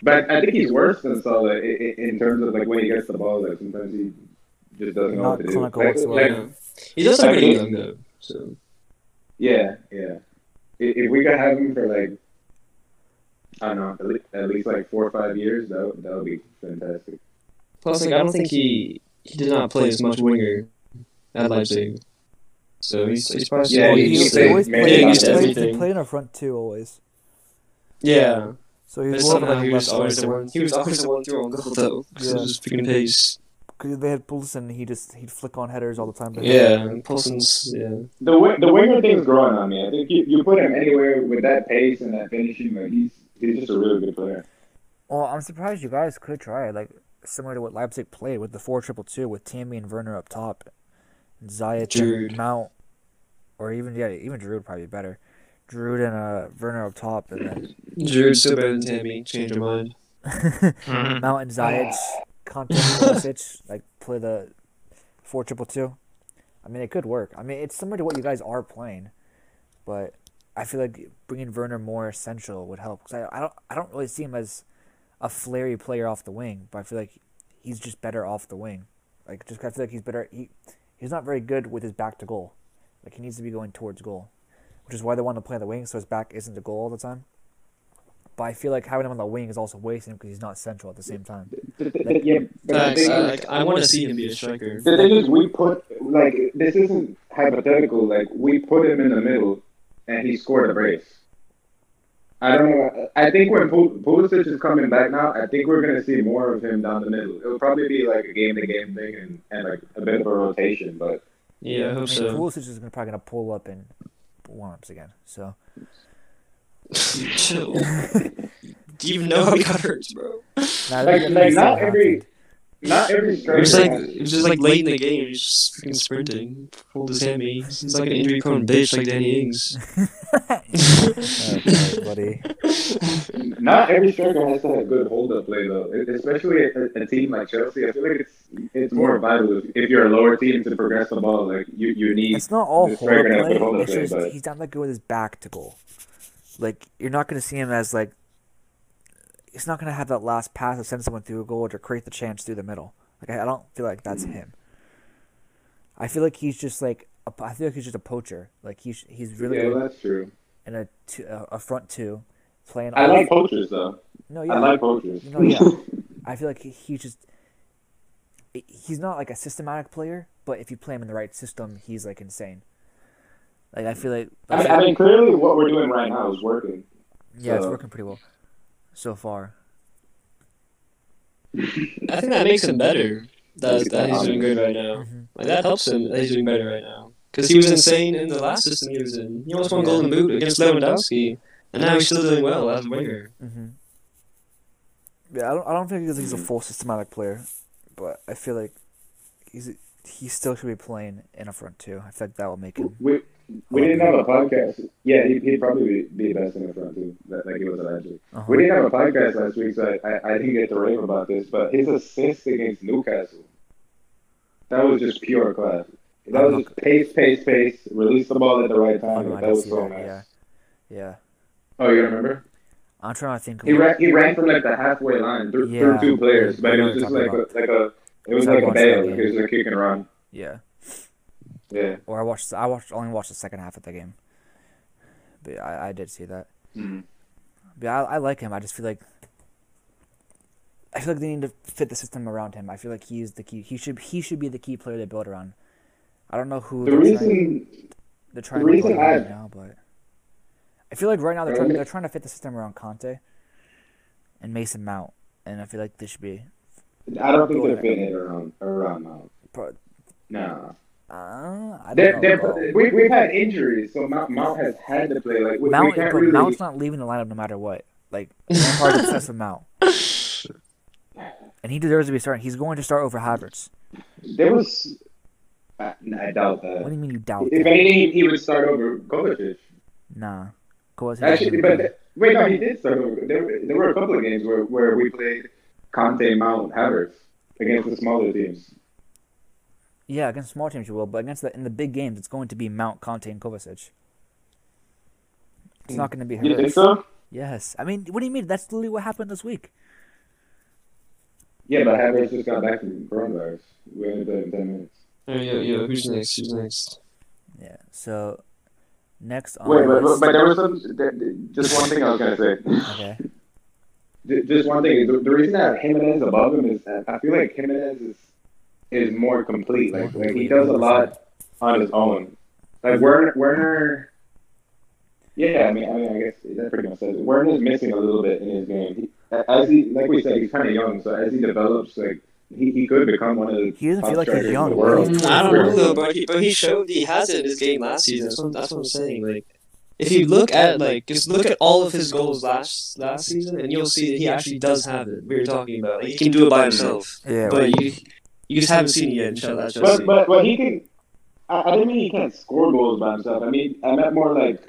but I think he's worse than Salah i- i- in terms of like when he gets the ball. Like sometimes he just doesn't know
Not
what to do.
clinical
Like-
whatsoever.
like,
He's also
Like,
pretty
he-
young though. So
Yeah, yeah. If, if we could have him for like, I don't know, at least, at least like four or five years, that would, that would be fantastic.
plus, like I don't think he he did not play as much winger at Leipzig. So he's he's probably
Yeah,
still
he-
used
he
to-
always
played,
played
he
against
played- he
everything.
played in a front two always.
yeah.
So he
But
was more of
somehow
like
he was
left
always
always
the one. He was always the one through on goal though.
Yeah.
Yeah. Just freaking pace.
because they had Poulsen. He just he'd flick on headers all the time. But
Yeah, and Paulson's yeah.
The wi- the winger thing's growing on me. I think you, you put him anywhere with that pace and that finishing, like he's he's just a really good player.
Well, I'm surprised you guys could try it. Like similar to what Leipzig played with the four triple two with Tammy and Werner up top, and Zayat
Giroud.
and Mount, or even yeah, even Drew would probably be better. Drew and uh, Werner up top, and then
Giroud's still better than Tammy. Change your mind.
Mhm.
Mountain Zayat, Conte, Pulisic, like play the four triple two. I mean, it could work. I mean, it's similar to what you guys are playing, but I feel like bringing Werner more essential would help because I, I don't I don't really see him as a flary player off the wing, but I feel like he's just better off the wing. Like just I feel like he's better. He he's not very good with his back to goal. Like he needs to be going towards goal, which is why they want to play on the wing so his back isn't to goal all the time. But I feel like having him on the wing is also wasting him because he's not central at the same time.
The- the- the- yeah, but the
Facts.
thing
I,
is-
like, I want to see him be a striker.
The thing is, we put like this isn't hypothetical. Like we put him in the middle, and he scored a brace. I don't know. I think when Pul- Pulisic is coming back now, I think we're going to see more of him down the middle. It'll probably be like a game to game thing and, and like a bit of a rotation, but
Yeah, I
I mean,
hope so.
Pulisic is gonna- probably going to pull up in warm-ups again. So
Chill. Do you even know how he got hurt, bro?
Nah,
Like-
that-
like,
he's
not
still
every-
hot,
not every
It
striker.
was like
has-
it was just like late in the game. He was just freaking sprinting, pulled his hammy. He's like an injury-prone bitch, like Danny Ings.
dude. Okay, buddy.
Not every striker has to have good hold up play though, E, especially a, a team like Chelsea. I feel like it's it's more vital if, if you're a lower team to progress the ball. Like you, you need
It's not all
It's
hold up
very good
play.
hold up
It's
play,
just
but-
he's not that good with his back to goal. Like you're not going to see him as like. He's not going to have that last pass that sends someone through a goal to create the chance through the middle. Like I, I don't feel like that's him. I feel like he's just like a, I feel like he's just a poacher. Like he's he's really
yeah,
good
that's true.
in a two, a, a front two, playing.
I
all-
like poachers though.
no,
I
yeah,
like poachers.
no, yeah. I feel like he, he's just he's not like a systematic player, but if you play him in the right system, he's like insane. Like I feel like
I mean, I mean, clearly what we're doing right now is working.
yeah, it's
so-
working pretty well so far.
I think that makes him better. That, that he's doing good right now.
Mhm.
Like that helps him. That he's doing better right now. Because he was insane in the last system he was in. He almost won Golden Boot against Lewandowski, and now he's still doing well as a winger.
hmm Mm-hmm. Yeah, I don't I don't think he's, he's a full systematic player, but I feel like he's he still should be playing in a front two. I feel like that will make him.
We we didn't have a podcast. Yeah, he, he'd probably be be best in the front too, like like he was last year.
uh
We didn't have a podcast last week, so I, I, I didn't get to rave about this, but his assist against Newcastle, that was just pure class. That was just pace, pace, pace, release the ball at the right
Oh,
time.
no, I
that
didn't
was
see
so
that.
nice.
Yeah, yeah.
Oh, you remember?
I'm trying to think.
He ran, he ran from like the halfway line through,
Yeah.
through two players,
I
but it
know
was
what
just
you're
like
talking
a, like a, it was
I
like a
watched that
bail.
game.
It was a kick and run.
Yeah.
Yeah.
Or I watched. I watched. Only watched the second half of the game. But yeah, I, I did see that.
Mm.
But yeah, I, I like him. I just feel like. I feel like they need to fit the system around him. I feel like he is the key. He should. He should be the key player they build around. I don't know who.
The
they're trying,
reason
they're trying
the
to
reason
build around
I-
right now, but. I feel like right now they're trying. They're trying to fit the system around Conte. And Mason Mount, and I feel like this should be.
I don't think they're fitting it around around now.
Pro-
No,
uh, I don't
they're,
know.
they're,
bro.
we, we've had injuries, so Mount, Mount has had to play. Like we, we
Mount,
can't
bro,
really.
Mount's not leaving the lineup no matter what. Like Lampard's obsessed with Mount, and he deserves to be starting. He's going to start over Havertz.
There was. I, I doubt
What do
that.
you mean you doubt
If
that?
anything, he would start over Kovacic.
Nah, Kovacic.
Actually,
Actually,
but wait, no, he did start over. There, were- there were a couple of games where, where we played Conte, Mount, Havertz against the smaller teams.
yeah, against small teams you will, but against the in the big games, it's going to be Mount, Conte, and Kovacic. It's not going to be
You think
Havertz.
so?
Yes, I mean, what do you mean? That's literally what happened this week.
Yeah, but Havertz just got back from coronavirus. We only played him ten minutes.
Oh, yeah, yeah. Who's next? Who's next?
Yeah. So next on
Wait,
the
but, but,
list-
but there was some. There, just one thing I was gonna say.
okay.
Ju- Just one thing. The, the reason that Jimenez above him is that I feel like Jimenez is is more complete. Like, like he does a lot on his own. Like Werner, Werner. Yeah, I mean, I mean, I guess that pretty much says it. Werner's missing a little bit in his game. He, as he, like we said, he's kind of young. So as he develops, like he, he could become one of the
He doesn't
top
feel like
strikers
he's
in
young,
The
but
world.
he's
I don't know though, but he, but he showed he has it in his game last season. That's what, that's what I'm saying. Like, if you look at like just look at all of his goals last last season, and you'll see that he actually does have it. We were talking about like, he can do it by himself,
Yeah. wait.
but you you just haven't seen it yet. Inshallah, that's just
But but but he can. I, I didn't mean he can't score goals by himself. I mean I meant more like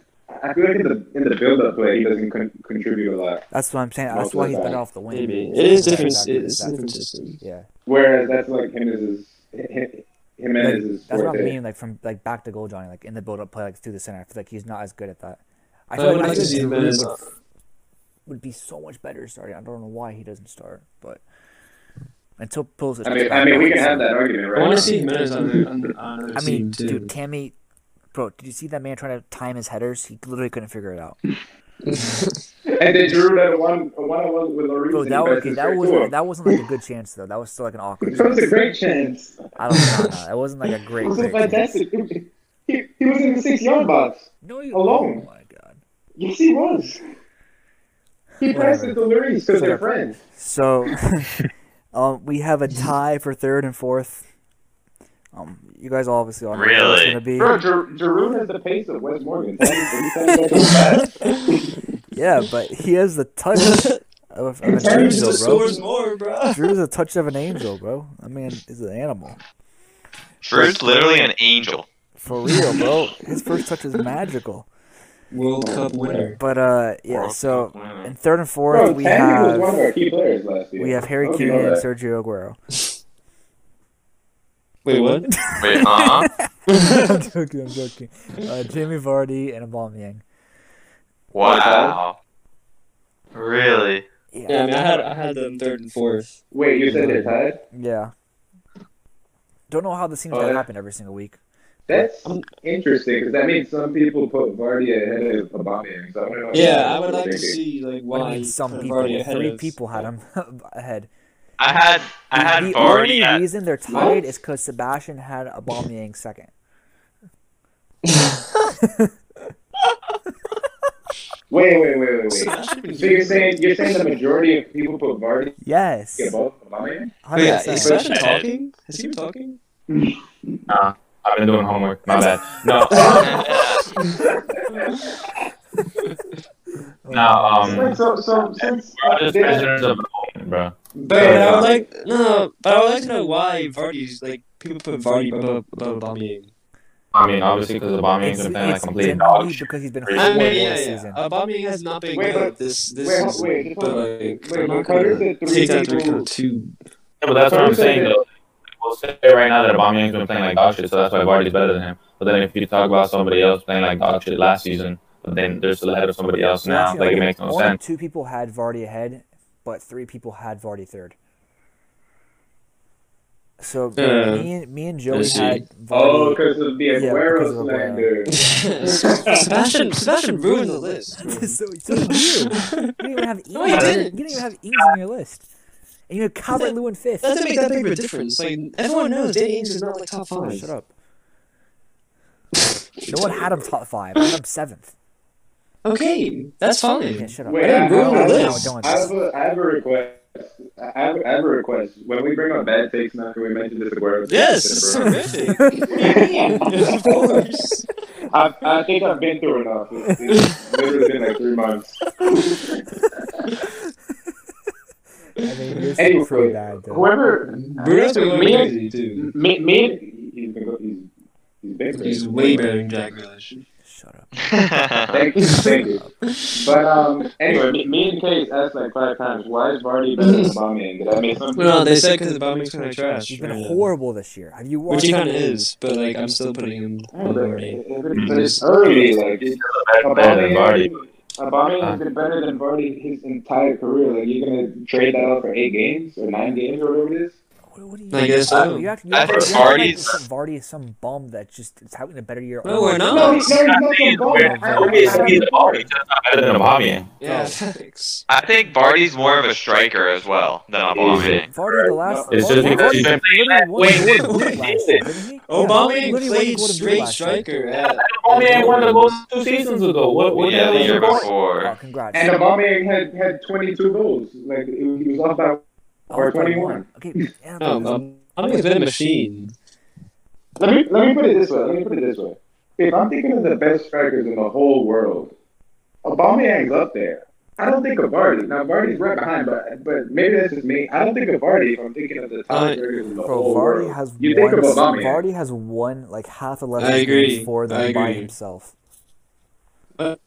I feel like in the in the build up play he doesn't con- contribute a lot.
That's what I'm saying.
Most
That's why
of
he's
the
better
time.
off the wing.
maybe it is different.
Exactly,
It's a
exactly.
different system.
Yeah.
Whereas that's like Jimenez's Jimenez's
That's what I
forte.
mean, like from like back to goal, Johnny, like in the build up play, like through the center. I feel like he's not as good at that. I
I
feel
would
like,
like to see
Giroud
him as
would, would be so much better starting. I don't know why he doesn't start, but until Pulisic.
I
comes
mean, I
back,
mean, we
it's
can have
like-
that argument,
I want to
right?
see Jimenez on the on, the, on the
I mean,
team too.
dude, Tammy, bro, did you see that man trying to time his headers? He literally couldn't figure it out.
And then Drew that one one on one with Lloris.
Bro,
and
that
he
was
passes
that
straight
was
to him.
that wasn't like a good chance though. That was still like an awkward.
That was a
chance.
great chance.
I don't know. It wasn't like a
It
great.
was a
great chance.
fantastic. He, he was in the six yard box.
No, you
alone.
Oh my god.
Yes, he was. He passes the Lurie's because they're friends.
So, um, we have a tie for third and fourth. Um, you guys obviously all know where it's
Really?
going to be.
Bro, Jer- Jeroen has the pace of Wes Morgan. Tell him- tell him that he's fast.
Yeah, but he has the touch of, of an
Drew
angel,
just
bro.
scores more, bro.
Drew's the touch of an angel, bro. I mean, he's an animal.
Drew's literally an angel.
For real, bro. His first touch is magical.
World Cup winner.
But uh yeah,
World
so
Cup winner.
in third and fourth
Bro,
we
Tandy was one of
have
our key players last year.
we have Harry
Hope you
Kane
know
and
that.
Sergio Aguero.
Wait, what?
Wait, uh-huh.
I'm joking, I'm joking. Uh, Jamie Vardy and Aubameyang.
Wow. Really?
Yeah, I mean, I had I had them third and fourth.
Wait, you said they're tied?
Yeah. Don't know how this seems
Oh,
to
yeah.
happen every single week.
That's
Um,
I'm-
interesting because that means some people put Vardy ahead of Aubameyang. So I don't know.
Yeah, I would like to
Thinking.
see like
I
why
mean, some
Vardy
people,
ahead
three
of-
people had him ahead.
I had I had
the
Vardy
only
at
reason they're tied is because Sebastian had Aubameyang second.
Wait, wait, wait, wait, wait. So
Wait,
you're saying you're saying the majority of people put Vardy
Yes,
above Aubameyang?
is
100%.
Sebastian
Right.
talking? Has he been talking?
I've been doing homework. My bad. No, no. Um,
Wait, so so since
we're
uh,
just
did-
prisoners of the moment, bro.
But I
uh,
would like no. But I would like to know why Vardy's like people put Vardy above above Aubameyang.
I mean, obviously, because Aubameyang's
It's,
been playing like
it's
complete
generally
dog shit.
because he's been
I mean,
I
horrible
mean,
this
yeah, yeah.
season.
Aubameyang has not been
Wait,
good
but-
this this
wait,
season.
wait, just
but
hold on.
like,
Wait,
I'm
but
not
Carter
gonna
said three
take that three
people-
for two.
Yeah, but that's what I'm saying,
Yeah.
though. We'll say right now that Aubameyang's been playing like dog shit, so that's why Vardy's better than him. But then if you talk about somebody else playing like dog shit last season, but then they're still ahead of somebody else
So
now,
actually,
like it makes no
only
sense.
Two people had Vardy ahead, but three people had Vardy third. So
Yeah.
me and me and Joey
see.
had
oh,
Vardy.
because of the
Yeah, because
Aguero
of Aguero.
slander.
Sebastian Sebastian ruined the list.
so, so did you. You didn't even have Eames.
you
on-
didn't.
You didn't even have Eames on your list. And you had Calvert Lewin fifth.
That doesn't make that big of a difference. Like everyone knows, Danny Ings is not like top
Oh,
five.
shut up. No one had him top five. I had him seventh.
Okay, that's
Yeah,
fine.
shut up.
Wait,
I
I,
didn't
I-
ruin
I-
the list.
I have a, I have a request. I have, I have a request. When we bring up bad takes now, can we mention this Aguero?
Yes, it's horrific. of course.
I, I think I've been through enough. It's, it's literally been like three months.
I mean, you're
Anyway,
pretty bad, though.
Whoever
Bruno's been going
Me-
crazy too.
me, me he's, been go- he's, he's been great.
He's way better than Jack Grealish.
Shut up.
Thank you, thank you. But um, anyway, me, me and Case asked like five times, why is Vardy better than Aubameyang? Did I make something?
Well, they said because Aubameyang's kind of trash.
He's been
right now.
horrible this year. Have you
Which
watched?
he kind of is, but like I'm still putting him
Yeah,
on
but
the eh?
it-
eight.
it- but it's early. Like it's-
Better than Vardy.
Aubameyang, Aubameyang has been better than Vardy his entire career. Like you're gonna trade that out for eight games or nine games or whatever it is.
What, what do you
I guess
mean?
so.
You act, you
I
act, you
think
act like
Vardy's-
some- Vardy is some bum that just is having a better year.
No,
all
we're
year.
not.
No, he's, no, he's not
He's
the ball.
weird.
I- I-
Obviously,
I-
he's Vardy, just not better than Aubameyang.
Yeah, thanks.
I think Vardy's more of a striker as well than Aubameyang.
Vardy the last.
It's
Vardy,
just because
Vardy
he's been playing
literally won
Wait,
the
wait,
Golden
wait, wait.
Boot last year, didn't he? Yeah,
Aubameyang
literally won the Golden
played
Boot
straight
last year.
striker at
Aubameyang won the goals two seasons ago. What? What the
Yeah, the
hell is
year
your point?
Oh,
before.
congrats.
And Aubameyang had had 22 goals. Like he was off by.
Oh,
or 21.
Okay. and-
Um, um, Aubameyang's been a machine.
Let me let me put it this way. Let me put it this way. If I'm thinking of the best strikers in the whole world, Aubameyang's up there. I don't think of Vardy. Now Vardy's right behind, but but maybe that's just me. I don't think of Vardy if I'm thinking of the top
Uh,
strikers
Oh,
in the
Bro,
whole
Vardy
world.
has
you
won.
think of Aubameyang.
Vardy has won like half
I
eleven
agree.
games for
I
them by
agree.
himself.
Wait,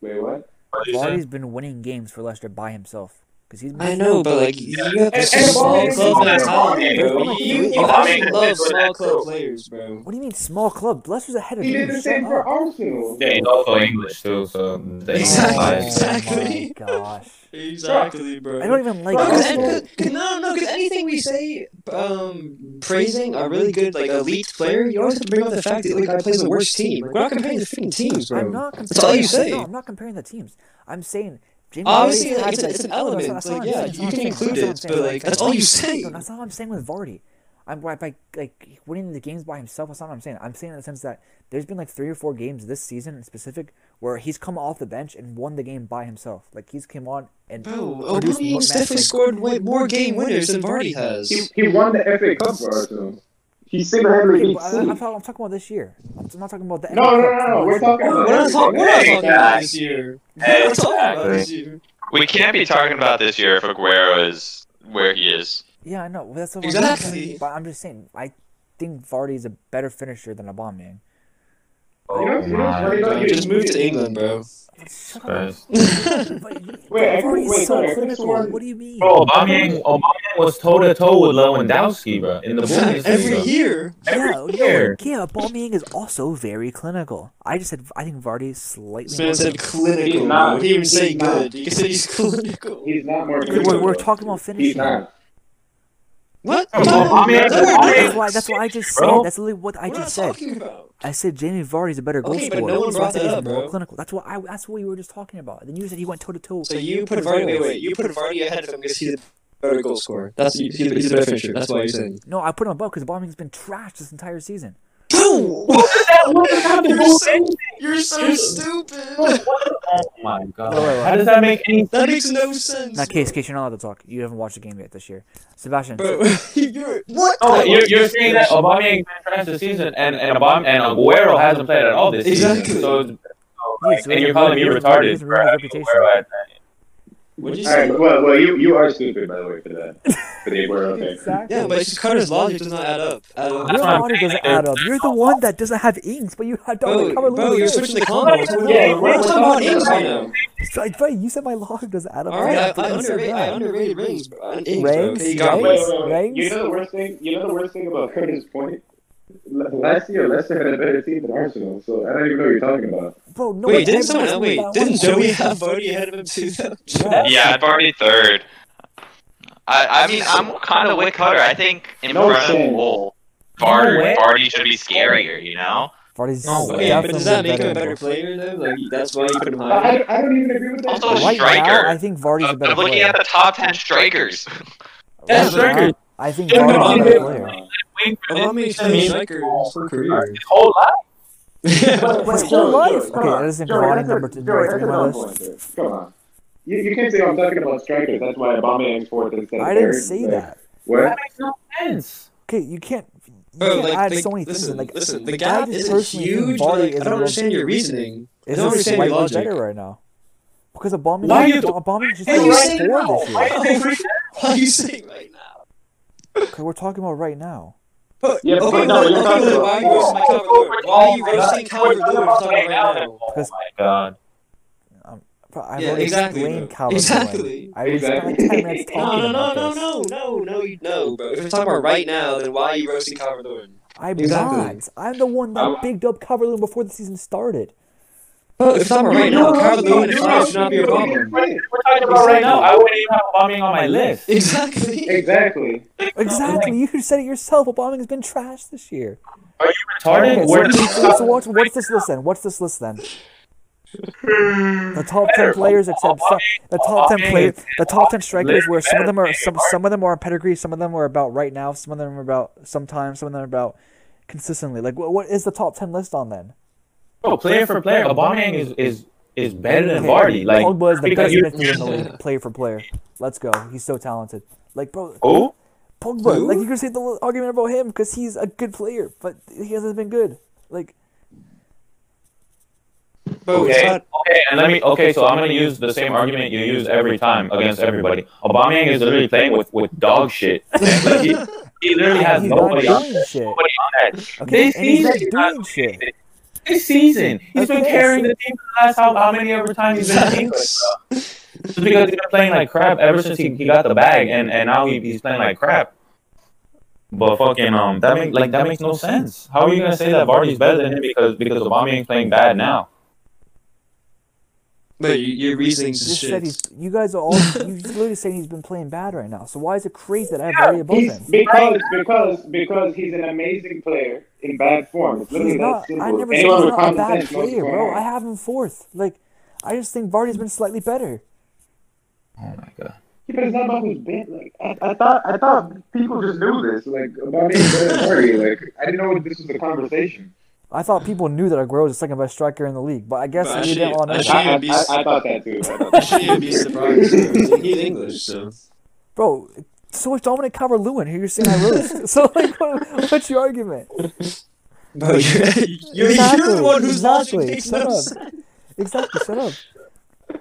what?
What did you say?
Vardy's been winning games for Leicester by himself because he's.
I know, but like you have
And-
this
and
small
Aubameyang-
club mentality,
Aubameyang-
bro. You, you
Aubameyang-
fucking love small club players, bro.
What do you mean small club? Leicester's ahead of
He "Oh,
you.
did the
Shut
same for
up.
Arsenal.
Yeah, he's also English too, so they
Exactly,
Oh my
exactly.
gosh.
Exactly, bro.
I don't even like
Bro, 'cause-
Arsenal.
and- 'cause- no, no, because anything we say um, praising a really good, like, elite player, you always have to bring up the fact that, like, I plays the worst team. Like, we're not comparing the freaking teams, bro.
I'm not comparing.
That's all you
no,
say.
No, I'm not comparing the teams. I'm saying. James
Obviously,
Vardy
like,
had
it's, a,
the-
it's an
No, that's
element.
not- that's not what
Like,
I'm
yeah,
saying. That's
you
not
can
what I'm saying.
include it,
That's not what I'm
but,
saying.
like, that's all you say.
No, that's not what I'm saying with Vardy. I'm by, by like winning the games by himself. That's not what I'm saying. I'm saying in the sense that there's been like three or four games this season in specific where he's come off the bench and won the game by himself. Like he's came on and
Bro,
oh,
produced more
Aubameyang's definitely
matches.
scored way more game winners than Vardy
He,
has.
he won the FA Cup for Arsenal. He single-handedly
Okay,
beat
but I- I'm,
City.
talking, I'm talking about this year. I'm not talking about the.
No,
NBA
no,
Cup.
no, no. We're talking
We're
about.
not, talk- we're not
Hey,
talking about
guys.
this year. We're
Hey,
not talking about
exactly.
this year.
We can't be talking about this year if Aguero is where he is.
Yeah, I know. well, That's what I'm
Exactly.
saying. But I'm just saying, I think Vardy is a better finisher than Aubameyang.
You
Oh
know- you know what's
my.
funny about
Bro,
you?
just move to England, bro.
Shut up.
Christ.
But you-
Wait,
Vardy
wait,
is
wait,
so
hold on.
critical.
Someone-
What do you mean?
Bro, Aubameyang, Aubameyang oh, was toe to toe with Lewandowski, bro, in the Bundesliga.
Every year.
every
yeah,
year.
No, yeah, Aubameyang is also very clinical. I just said I think Vardy is slightly.
This
more
man said
clinical.
He's
clinical.
not.
bro. He didn't say
He's not.
good. You can say he's clinical.
He's not more.
We're, we're talking about
He's
finishing.
not.
What?
Bro,
No,
Aubameyang-
no, we're
Aubameyang-
That's
not.
why. That's why I just said.
Bro.
That's literally what I
We're not
just said.
talking about.
I said Jamie Vardy's a better goal
Okay, but
scorer.
no one
so I
brought
said
that
he's
up,
more
bro.
clinical. That's what I. That's what we were just talking about. Then you said he went toe to toe.
So you put Vardy, wait, wait, you put Vardy ahead of him because he's a better goal scorer. That's he's, he's a better finisher. That's why you're saying.
No, I put him above because Aubameyang's been trashed this entire season.
Bro, you're so, you're so stupid.
Oh my god.
No, wait, wait.
How does that make any
That makes no sense.
Now, case, case you're not allowed to talk. You haven't watched the game yet this year, Sebastian.
Bro, Oh, you're what?
No, Oh, you're, you're saying that Aubameyang crashed the season, and and, Aubame- and Aguero hasn't played at all this
Exactly.
season. So, it's- so,
Yeah,
like,
so
and
he-
you're calling me
he- he-
retarded
he's
for
ruined his
having
reputation.
Aguero at that.
What'd you
All
say?
right. Well, well, you you are stupid by the way for that. For the Aguero thing.
exactly.
Yeah, but it's just Carter's logic does not add up. At all.
Your
That's what I'm
body
saying,
doesn't
like,
add up. You're the one that doesn't have inks, but you had to
Bro,
cover
bro, you're switching the combo.
Yeah,
We're not talking about names right now.
It's like, bro, you said my log doesn't add up.
All right,
Yeah,
I, I,
you said
underrate, I
that.
underrated rings, bro. And Ings, bro.
Ranks,
He got
ranks,
me.
Wait, wait, wait.
ranks.
You know the worst thing. You know the worst thing about Curtis Point. L- Last year, Leicester had a better team than Arsenal, so I don't even know what you're talking about.
Bro, no,
Wait,
one
didn't
ever
someone?
was
uh, Wait,
that
didn't
one.
Joey have Vardy ahead of him too? though?
Yeah.
Yeah, Vardy third. I, I mean, I'm kind of with Cutter. I think in
No
front of
shame.
goal, Vardy,
No way.
Vardy should be scarier, you know?
Vardy's
No,
so
way.
Yeah, but does that
definitely
make him a better
than-
player though? Like that's why you put him
I, I
higher.
don't- I don't even agree with that.
Also,
Right
Striker.
now, I think Vardy's a
I'm
better
looking
player.
at the top 10 strikers.
Yeah,
Right
striker.
now, I think
Yeah,
Vardy's a
but
better
I'm-
player.
Wait for this
Aubameyang's
season,
been a
he's like,
striker his whole career.
his whole life.
His whole life. Okay, that isn't Vardy number two.
Joey,
Number
that's
three
a
on my list.
non-point here. Come on. You, you can't say I'm talking about strikers. That's why Aubameyang's fourth instead of
I didn't
third.
say
Like,
that.
What?
That makes no sense.
Okay, you can't. You
Bro,
can't
like,
add
like,
so many things.
listen,
in, Like,
listen,
I
the gap
just
isn't
personally think
huge. But,
Vardy is
like, I
a
don't
little-
understand your reasoning.
Is
I don't
this
understand your
slightly
logic.
better right now? Because Aubameyang,
Why you-
Aubameyang just
Why you
scored
saying
four
no?
this
Why
year.
you saying right now? Why are you saying right now?
Okay, we're talking about right now.
But,
Yeah, but
okay,
no,
look,
you're
okay,
talking
look,
about-
why are you roasting my Calvert Lewin? Why are you roasting Calvert Lewin? We're talking about right now.
Oh my god.
Bro, I've
Yeah,
already
exactly,
explained
bro.
Calvert
Exactly.
I was spent like
Exactly.
10 minutes
No,
talking
no, no,
about
no,
this.
no, no, no, you no, bro. If we're talking about right now, then why are you roasting Calvert Lewin?
I'm
Exactly.
not. I'm the one that
I'm-
bigged up Calvert-Lewin before the season started.
Bro, if we're talking about right now, Calvert Lewin and five should not be a problem.
Right.
We're talking about right now. I wouldn't even have Aubameyang on my list.
Exactly.
Exactly.
Exactly. You said it yourself. Aubameyang's been trashed this year.
Are you retarded?
Okay, so,
We're
so- so what's, what's this list then? What's this list then? The top ten
Better.
players, except some, the top ten
Aubameyang
players,
is-
the top ten strikers, where some of them are
better
some some of them are on pedigree, some of them are about right now, some of them are about sometimes, some of them are about consistently. Like, what, what is the top ten list on then?
Bro, player for player, Aubameyang is is is better than
Okay,
Vardy. Like
Pogba is the
because
best
you-
midfielder in the league, player for player. Let's go. He's so talented. Like, bro,
Who?
Pogba.
Who?
Like, you can say the little argument about him because he's a good player, but he hasn't been good. Like,
Bro, it's
Okay.
not.
Okay, and let me. Okay, so I'm gonna use the same argument you use every time against everybody. Aubameyang is literally playing with with dog shit. Like, he, he literally has
he's not
nobody on,
doing shit.
nobody on that.
Okay,
This
and he's
season,
not doing shit.
this season, he's been
Okay,
carrying
so-
the team for the last how, how many ever times he's been in England, bro. Just because he's been playing like crap ever since he, he got the bag, and and now he, he's playing like crap. But fucking um, that make, like that makes no sense. How are you gonna say that Vardy's better than him because because Aubameyang's playing bad now?
But you, your reasoning's
You
just
just said he's.
shit.
You guys are all. You literally saying he's been playing bad right now. So why is it crazy that I have Vardy above
He's,
him?
because because because he's an amazing player in bad form. It's literally
He's
that
not.
simple.
I never said he's
Anyone with
not a
common
bad
sense knows
player,
what's
bro.
going
I
on.
have him fourth. Like, I just think Vardy's been slightly better.
Oh my god.
Yeah, but it's not about who's been. Like, I, I thought, I thought people just knew this. Like about me and Murray. Like, I didn't know this was a conversation.
I thought people knew that Aguero was the second best striker in the league, but I guess
But I
we didn't
shouldn't-
all know
I
that.
shouldn't-
I,
be-
I, I thought that too. I thought
I
that
shouldn't even be surprised. though. He's English, so
Bro, so is Dominic Calvert-Lewin, who you're saying I list. so, like, what, what's your argument?
But you're, you're, you're
Exactly,
the one who's
exactly.
logic makes
Shut
no
up.
sense.
Exactly, shut up.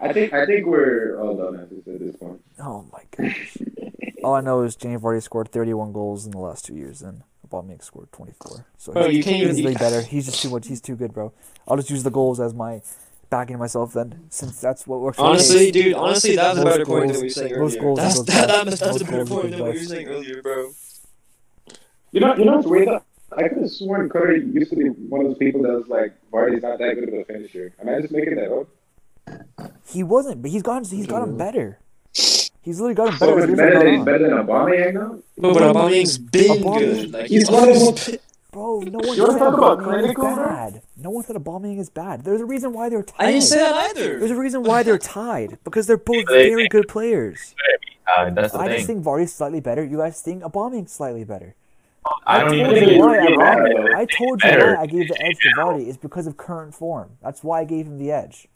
I think, I think we're all done at this, at this point.
Oh my gosh. All I know is James Vardy scored 31 goals in the last two years, and Aubameyang scored 24. So
Bro,
he's
you can't
easily
even.
better. He's just too much. He's too good, bro. I'll just use the goals as my backing myself then, since that's what works. for me.
Honestly, dude, honestly, that was a
Most
better point than
goals-
we were saying
most
earlier.
goals
That's,
was
that, that,
best.
that's a
Most
better
goals
point
was
than what we were
best.
saying earlier, bro.
You know, you know what's weird? though? I could have sworn Curry used to be one of those people that was like, Vardy's not that good of a finisher. Am I just making that up?
He wasn't, but he's gotten he's gotten better. He's literally gotten
So
better.
it's
as the
better
years
than
gone
he's
on.
better than Aubameyang now.
But, but Aubameyang's been
Aubameyang-
good. Like
He's
he's
one of
always been.
Bro, no one
You wanna
said
talk about
Aubameyang is
clinical, bro?
bad. No one said Aubameyang is bad. There's a reason why they're tied.
I didn't say that
There's
either.
a reason why they're tied because they're both
They-
very good players.
Uh, that's the
I
thing.
just think Vardy's slightly better. You guys think Aubameyang's slightly better.
I don't even
told
think
you
it
why
would be
I,
wrong.
gave- I told you
better.
why I gave the edge to Vardy is because of current form. That's why I gave him the edge.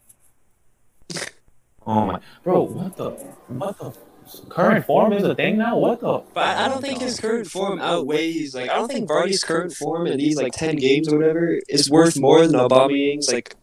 Oh my, bro, what the, what the, current form is a thing now. What the?
But I I don't think his current form outweighs. Like I don't think Vardy's current form in these like ten games or whatever is worth more than Aubameyang's like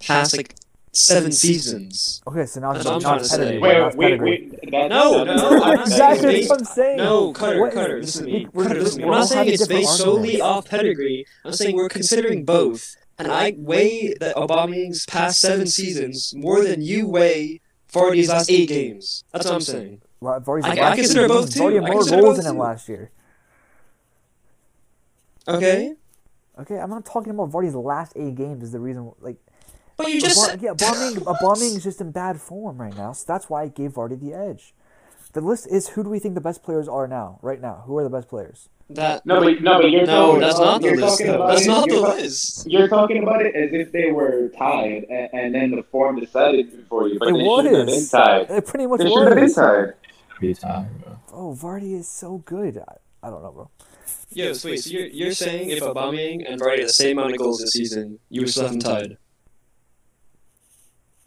past like seven seasons.
Okay, so now it's
That's what I'm
not
trying to say.
pedigree.
Wait,
now it's pedigree.
That,
No,
that's-
no, I'm not
exactly
saying
that's what I'm saying.
No, Cutter,
What is-
Cutter, listen to me.
we- we're-
Cutter, listen to me.
we're
I'm
all
not saying
having
it's
different
based
arguments.
solely off pedigree. I'm saying we're considering both. And I weigh the Aubameyang's past seven seasons more than you weigh Vardy's last eight games. That's what I'm saying.
Well, Vardy's
I-
last
I consider
season,
both too.
Vardy had
I
more
consider
goals
both
than him
too.
last year.
Okay?
Okay, I'm not talking about Vardy's last eight games is the reason. Like,
But you
But
just
Bar-
said...
yeah, bombing. bombing is just in bad form right now, so that's why I gave Vardy the edge. The list is who do we think the best players are now? Right now, who are the best players?
That...
no, but, no, but you're
No,
talking
that's
about-
not the
you're
list.
talking about
That's
it-
not the
you're ta-
list.
You're talking about it as if they were tied, and, and then the form decided for you, but
It
they should have been
was.
tied.
It pretty much
They should have been
was.
tied.
Oh, Vardy is so good. I, I don't know, bro.
Yo, so wait, so you're, you're saying if Aubameyang and Vardy had the same amount of goals this season, you would still have them tied?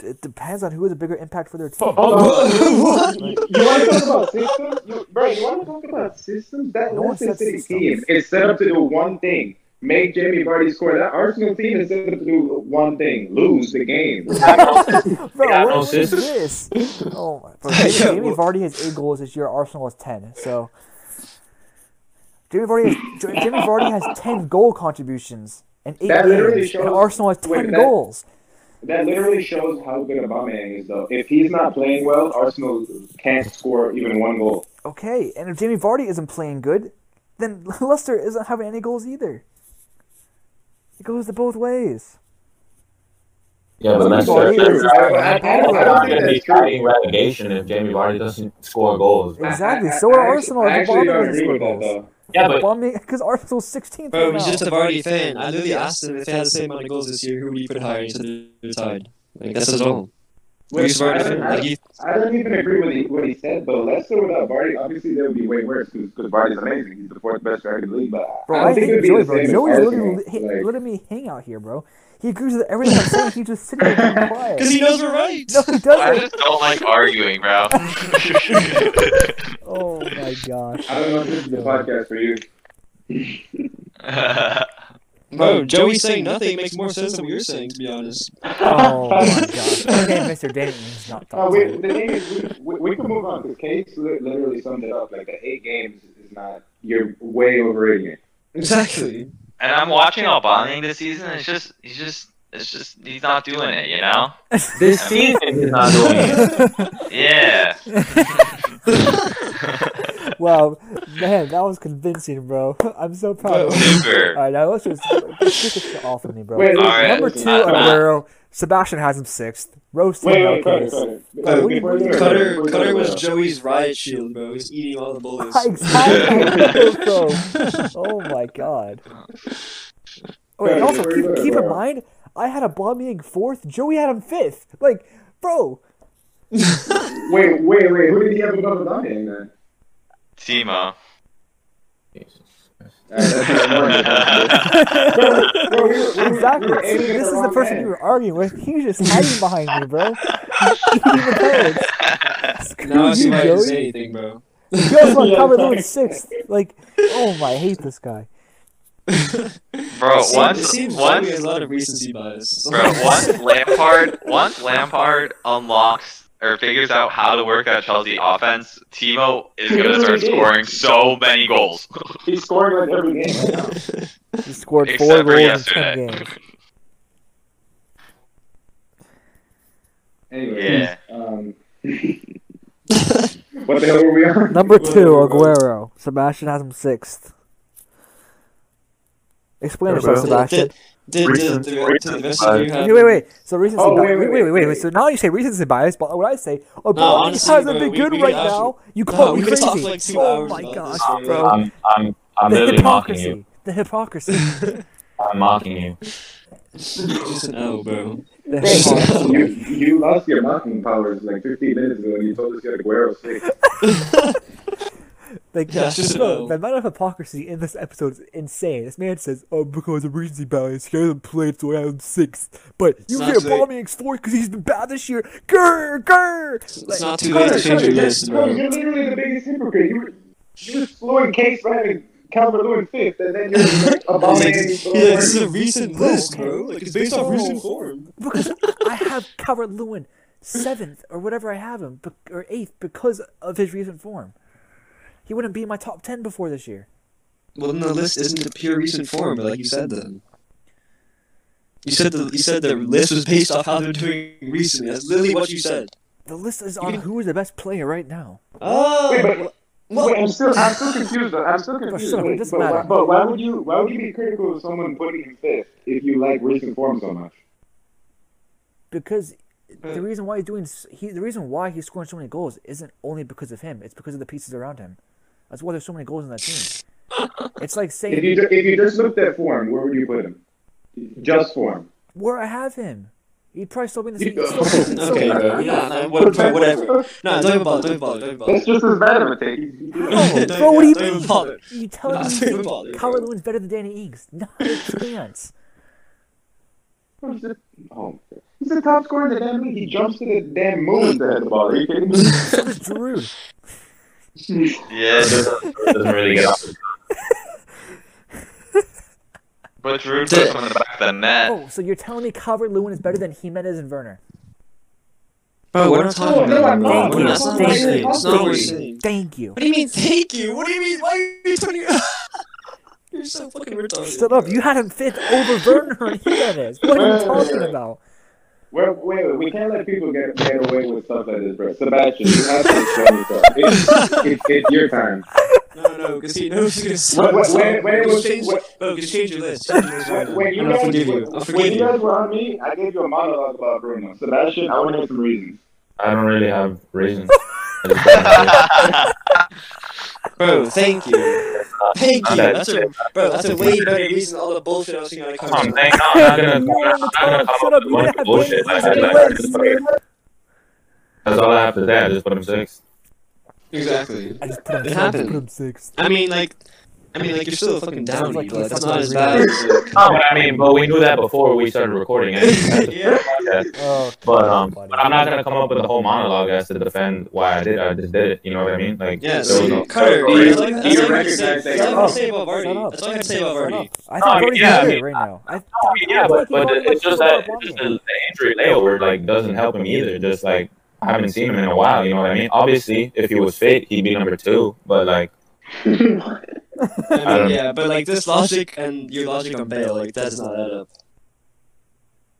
It depends on who has a bigger impact for their team.
Hold
Oh,
on.
what?
You want to talk about systems? You, bro, you want to talk about systems? That
No one
Leicester
said
City
systems.
team is set up to do one thing. Make Jamie Vardy score. That Arsenal team is set up to do one thing. Lose the game.
Bro,
Yeah,
what,
no,
what is
sis.
this? Oh my! Bro,
Yeah,
Jamie, Jamie
well-
Vardy has eight goals this year. Arsenal has ten. So Jamie Vardy, has, Ja- Jamie Vardy has ten goal contributions and eight
That literally
games, and
shows-
Arsenal has ten
wait, that-
goals.
That literally shows how good Aubameyang is, though. If he's not playing well, Arsenal can't score even one goal.
Okay, and if Jamie Vardy isn't playing good, then Leicester isn't having any goals either. It goes the both ways.
Yeah, but
That's
that's
what I'm saying.
I- I- I don't- I don't think that's true.
relegation if Jamie Vardy doesn't score goals.
Exactly.
I- I-
So are
I
Arsenal.
Actually, I
if
actually
Aubameyang
don't
doesn't
agree
score
with that,
goals.
though.
Yeah, but
because Arsenal's 16th.
Bro,
right
he's
now.
just a Vardy fan. I literally asked him if they had the same amount of goals this year, who would he put higher? He said they're tied. Like, that's his all.
Wait,
He's a Vardy
I-
fan.
I-
Like, he,
I don't even agree with he, what he said, though. Leicester without Vardy, obviously, they would be way worse because Vardy's amazing. He's the fourth best striker in the league, but
Bro,
I
I,
don't think it
hate
would be
Joey,
the
bro.
same
Joey's
as
literally,
Arsenal.
he,
Like-
literally me hang out here, bro. He agrees with everything I'm saying. He's just sitting there being quiet.
Because he knows we're right.
No, he
I
doesn't.
just don't like arguing, bro.
Oh my gosh.
I don't know if this is the podcast for you.
Bro, Joey's saying nothing makes more sense than what you're saying, to be honest.
Oh my gosh. Okay, Mr. Dayton's not
Uh,
talking.
we, the thing is, we, we, we can move on because Case li- literally summed it up. Like, the eight games is not, you're way overrating it.
Exactly.
and I'm watching Aubameyang this season. It's just, he's just, it's just, he's not doing it, you know?
this season is not doing it.
Yeah.
Wow, man, that was convincing, bro. I'm so proud of you.
Super.
All right, now let's just get this shit off of me, bro.
Wait,
All right.
Number two,
Uh, Matt.
Aguero. Sebastian has him sixth. Roast him,
Wait, wait, Cutter, Cutter.
Melkins.
Cutter,
before you go,
Cutter,
before you
Cutter
go,
was
uh,
Joey's riot shield, bro. He's eating all the bullets.
exactly, bro. Oh my god. Oh, and
Bro,
also
where you
keep,
at,
keep in
bro?
mind, I had a bombing fourth. Joey had him fifth. Like, bro,
Wait, wait, wait. Who did he have above Adamian then?
Timo.
Alright, Uh, that's what I'm worried about. Bro, we were- we were- we were
Exactly.
aiming at
this is the
wrong
person
end.
you were arguing with. He was just hiding behind me, bro. Even though it's- Screw
Now I see
you,
why I didn't say
Joey.
anything, bro.
You also on Cowboy Lewis sixth. Like, oh my, I hate this guy.
Bro,
It seems- it
once,
seems like he
once,
has a lot of recency bias.
bro, once Lampard, once Lampard unlocks or figures out how to work that Chelsea offense, Timo is gonna start scoring so many goals.
He's scoring like every game. right now.
He scored four
Except for
goals in ten
yesterday.
games.
Anyway,
Yeah.
um, what the hell were we on?
Number two, Aguero. Sebastian has him sixth.
Aguero.
Explain yourself, Sebastian.
Did, did, did, did,
Recent-
did,
recent
the rest of you
bias.
Wait,
have-
wait, wait. So recency
Oh,
bias.
wait,
Wait, wait, wait, wait, So now you say recency bias, but what I say, oh, no,
honestly,
hasn't
bro,
been
we-
good
we could
right
actually-
now. You
No,
call me
we could
crazy.
talk for, like, two
oh
hours
my
about
gosh,
this,
bro.
I'm, I'm, I'm
the
literally mocking
hypocrisy.
you.
The hypocrisy.
I'm mocking you.
Just an O, oh, bro.
the hypocrisy.
you, you lost your mocking powers like 15 minutes ago. and You told us you had Aguero six.
Like,
Yeah, it's just
bro,
an
the amount of hypocrisy in this episode is insane. This man says, "Oh, because of recency bias, he hasn't played, so I have him sixth. But you
not
can't
too late.
ball me fourth because he's been bad this year. Grr, grr.
It's not too late
Connor,
to
Connor,
change your
you're-
list,
bro,
bro.
You're literally the biggest hypocrite. You were, you were exploring case for having Calvert Lewin fifth, and then you're like, abominating.
He's like, yeah, this is
Lewin.
a recent
Bro,
list,
okay.
bro. Like, it's based off recent form.
because I have Calvert Lewin seventh or whatever I have him bec- or eighth because of his recent form. He wouldn't be in my top ten before this year.
Well, then the list isn't the pure recent form, but like you said then. You said the you said the list was based off how they're doing recently. That's literally what you said.
The list is on
can-
who is the best player right now.
Oh,
Wait, but-
well,
Wait, I'm still, I'm still confused. though. I'm still confused.
still, it
Wait,
doesn't
but, why,
matter.
but why would you, why would you be critical of someone putting him fifth if you like recent form so much?
Because the reason why he's doing s- he the reason why he's scoring so many goals isn't only because of him. It's because of the pieces around him. That's why there's so many goals in that team. it's like
If
saying
you, ju- if you just looked at form, where would you put him? Just form.
where I have him. He'd probably still be in the
You
season.
go.
okay, bro. No, no, what- bro, whatever. No, don't even bother. Don't even bother. Don't even bother.
That's just as bad of a take. He's- he's-
No,
Don't-
bro, what do you
don't even
mean?
bother.
You telling
Nah,
me
don't
you
even
think
bother,
Calvert
bro.
Lewin's better than Danny Ings? Not a chance.
He's a- oh, he's the top scorer in the damn league. He jumps to the damn moon to head the ball. Are you kidding me?
So does Giroud.
Yes,
doesn't really get off.
but Drew puts him in the back of the net.
Oh, so you're telling me Calvert Lewin is better than Jimenez and Werner?
Bro, we're not talking
No,
about
I'm
that,
not.
bro. We're not- That's not what we're saying. That's not what we're saying.
Thank you.
What do you mean, thank you? What do you mean? Why are you turning your... You're so fucking retarded.
Shut up. You had him fifth over Werner and Jimenez. What are you talking about?
We're, wait, wait, we can't let people get, get away with stuff like this, bro. Sebastian, you have to explain yourself. It's, it's, it's your time.
No, no, because he knows he's going to
What-
suck.
what- when- when it was-
Just change-
what-
No, just change your list. Change your list right now.
When you,
And I'll
guys,
forgive you. I'll
when
forgive
you
you.
guys were on me, I gave you a monologue about Bruno. Sebastian, I want to hear some reasons.
I don't really have reasons. I just don't have
Bro, thank you. Thank you. That's a, bro, that's a way better reason than all the bullshit I was thinking I
That's what I'm saying. No, I'm not gonna, I'm
covered.
You're on the
not gonna
top.
come
Shut
up
up.
with a bunch
You
of
have Danny
bullshit.
Ings
Like, that.
on your
Like, I just
list.
put him- that's all I have to say. I just put him sixth.
Exactly.
I just put him
It
sixth. I
happened.
put him sixth.
I mean, like, I mean, like, you're still a fucking
Sounds
downy,
like
but
you're
that's
fucking
not as bad as like,
No, but I mean, but we knew that before we started recording it.
Yeah.
Oh,
But
come on,
um,
buddy.
but I'm not gonna come up with a whole monologue as to defend why I did. I just did it. You know what I mean? Like,
Yeah,
there
so,
was no-
Cutter,
Do you-
that's all I that's all I have to
recognize
say.
that
That's all I have to say about
Shut
Vardy.
up.
That's all I have to say about
Shut up.
Vardy.
I thought
No,
Vardy's
yeah, I
good
mean-
right now. I,
I mean, yeah, but, but it's just that it's just the,
Vardy.
the injury layover like doesn't help him either. Just like I haven't seen him in a while. You know what I mean? Obviously, if he was fit, he'd be number two. But like,
I
don't-
mean, yeah, but like this logic and your logic on Bale, like that does not add up.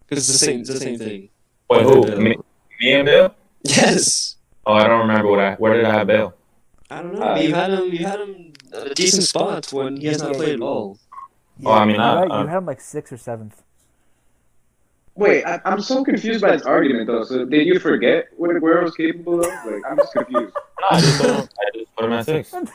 Because it's the same, it's the same thing.
wait, who? Me, me and Bill?
Yes.
Oh, I don't remember what I. Where did I have Bill?
I don't know. but you had him. You had him at a decent spot when he has not played at all.
Oh, I mean,
you're
I-
right.
I-
you had him like sixth or seventh.
Wait, I, I'm so confused by this argument, though. So, did you forget what Aguero's capable of? Like, I'm just confused.
No, I just put him, I just put him at six. It's,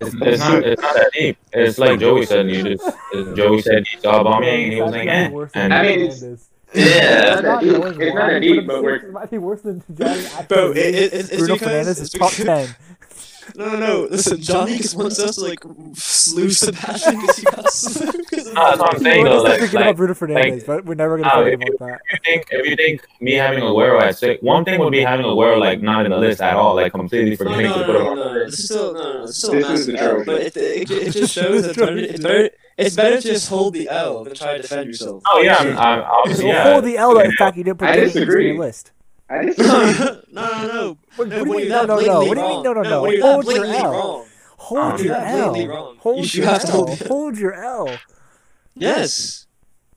it's not. It's not that deep. It's like Joey said. You just. Joey said he saw bombing and he was like, eh.
Worse than
And
I mean, it's-
Hernandez.
Yeah.
It's not
It's
always
not
wide,
a need,
it's
but we're-
It might be worse than Johnny.
Bro,
Appleseed.
it, it, it's, it's
Bruno
because
Fernandez
it's
is top
because-
ten.
No, no, no. Listen, Johnny just wants us to like slew Sebastian because he got slew.
Nah, that's what I'm saying
We're
though.
still
Like,
thinking
like
about Bruno Fernandez, but we're never gonna
Oh,
talk
if
about that.
you think if you think me having Aguero at six, one thing would be having Aguero like not in the list at all, like completely
No,
forgetting to
no,
put him
no, no,
on.
no. It's still, no, no, it's still
This
a
is
massive
the
L,
truth.
but it, it, it just shows that it's better, it's, better, it's better to just hold the L than try to defend yourself.
Oh yeah, I'm, I'm obviously
We'll
yeah.
hold the L that in fact you didn't put
I
Johnny Appleseed on
disagree.
your list.
I
no,
disagree.
no, no, no.
What, what
No, when
do you mean?
you're
No,
that
no, no.
blatantly
What do you mean? No, no, no.
wrong- when you're that
Hold your
blatantly
When
L. Hold your
wrong. you're that blatantly
L.
wrong. You
Hold
should
your
have to
L.
hold it.
Hold your L.
Yes.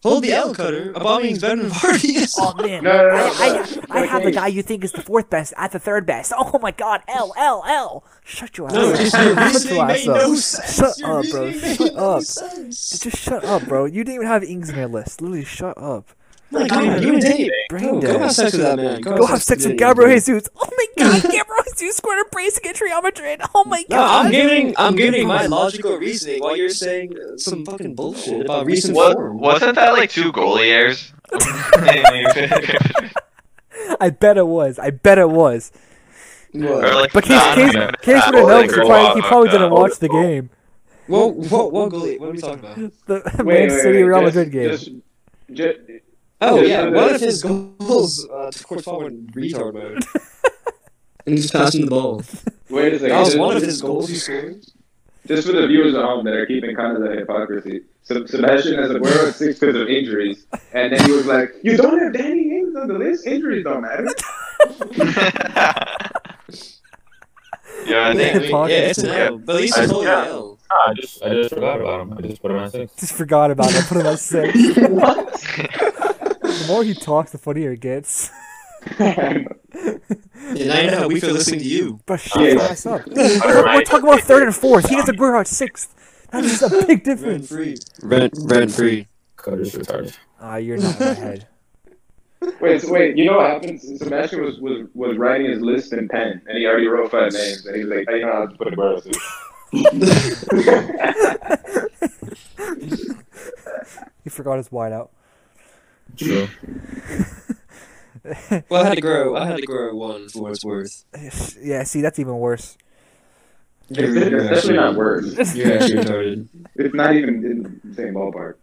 Hold the L, Cutter. Aubameyang's better than Vardy.
Oh man.
No, no, no.
I,
no.
I, I have the
Okay.
guy you think is the fourth best at the third best. Oh my god, L, L, L. Shut your ass
No,
up.
just your
Shut
reasoning
your ass
made no
up.
sense.
Shut
your
up, bro.
reasoning made
Shut
no
up.
sense.
Just shut up, bro. You didn't even have Ings on your list. Literally, shut up.
My God, you and Dave.
Brain
Bro, go have
dead.
sex with that man.
Go have sex with Gabriel Jesus. Oh my god, Gabriel Jesus scored a brace against Real Madrid. Oh my
No, I'm
god.
giving I'm giving my logical reasoning while you're saying uh, some fucking bullshit about recent
What,
form.
wasn't that like two goalie errors?
I bet it was. I bet it was.
Or
What?
like,
But Case,
nah,
Case,
nah, nah,
Case
nah,
would have known
like,
because he
go
probably, he
off,
probably
uh,
didn't watch the game.
What? What? What goalie? What are we talking about?
The
Wait,
Man
wait,
City
wait,
Real
just-
Madrid game.
just- ju-
Oh
Yeah,
yeah,
no,
one
no.
of his goals uh, to court forward in retard mode. And he's passing the ball.
Wait a second.
That was
just-
one of his goals he scored.
Just for the viewers at home that are keeping count of the hypocrisy, Seb- Sebastian has Aguero at six because of injuries, and then he was like, "You don't have Danny Ings on the list. Injuries don't matter."
yeah, I
Yeah,
think.
yeah, it's an L, but at least he's
Yeah.
holding an L.
Nah, I just I just forgot about him. I just put him at six.
Just forgot about it. I put him at six. The more he talks, the funnier it gets.
Yeah, now you know how we feel listening to you.
But shut
Yeah.
your ass up. We're, talk- we're talking about third and fourth. He has Aguero at sixth. That's a big
Rent
difference.
free. Rent, rent free.
Cutter's retarded.
Ah, you're not in my head.
wait, so wait. You know what happened? Sebastian was, was was writing his list in pen, and he already wrote five names, and he was like, "I know how to put Aguero." at six."
He forgot his wideout.
True.
Well, I had to grow. I had to grow one for what it's worth.
Yeah, see, that's even worse.
It's, it's definitely not words.
You're actually retarded.
It's not even in the same ballpark.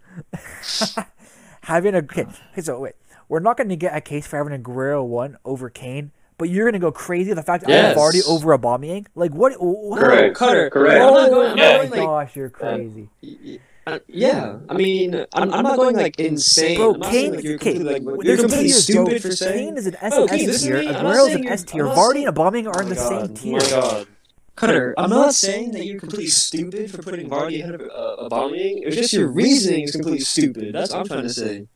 Having a okay, okay, so wait, we're not going to get a case for having a Guerrero one over Kane, but you're going to go crazy at the fact that
Yes.
I have Vardy over Aubameyang. Like what? wh- wh-
Correct.
Cutter.
Correct.
I'm not going. I'm
Oh my
not going like. uh,
gosh, you're crazy.
I- Yeah, I mean, uh, I'm, I'm not going like insane.
Bro,
I'm not saying,
Kane,
like, you're
Kane,
completely,
there's
like, you're
a
completely
video
stupid
joke.
for saying.
Kane is an S
Oh,
and
Kane,
S
listen to
tier.
me. I'm not
Aguero's
saying
an
you're-
S tier.
I'm not
Vardy
saying-
and Aubameyang are
Oh
in
my
the same
God,
tier.
My God, Cutter, I'm not saying that you're completely stupid for putting Vardy ahead of uh, Aubameyang. It was just your reasoning is completely stupid. That's what I'm trying to say.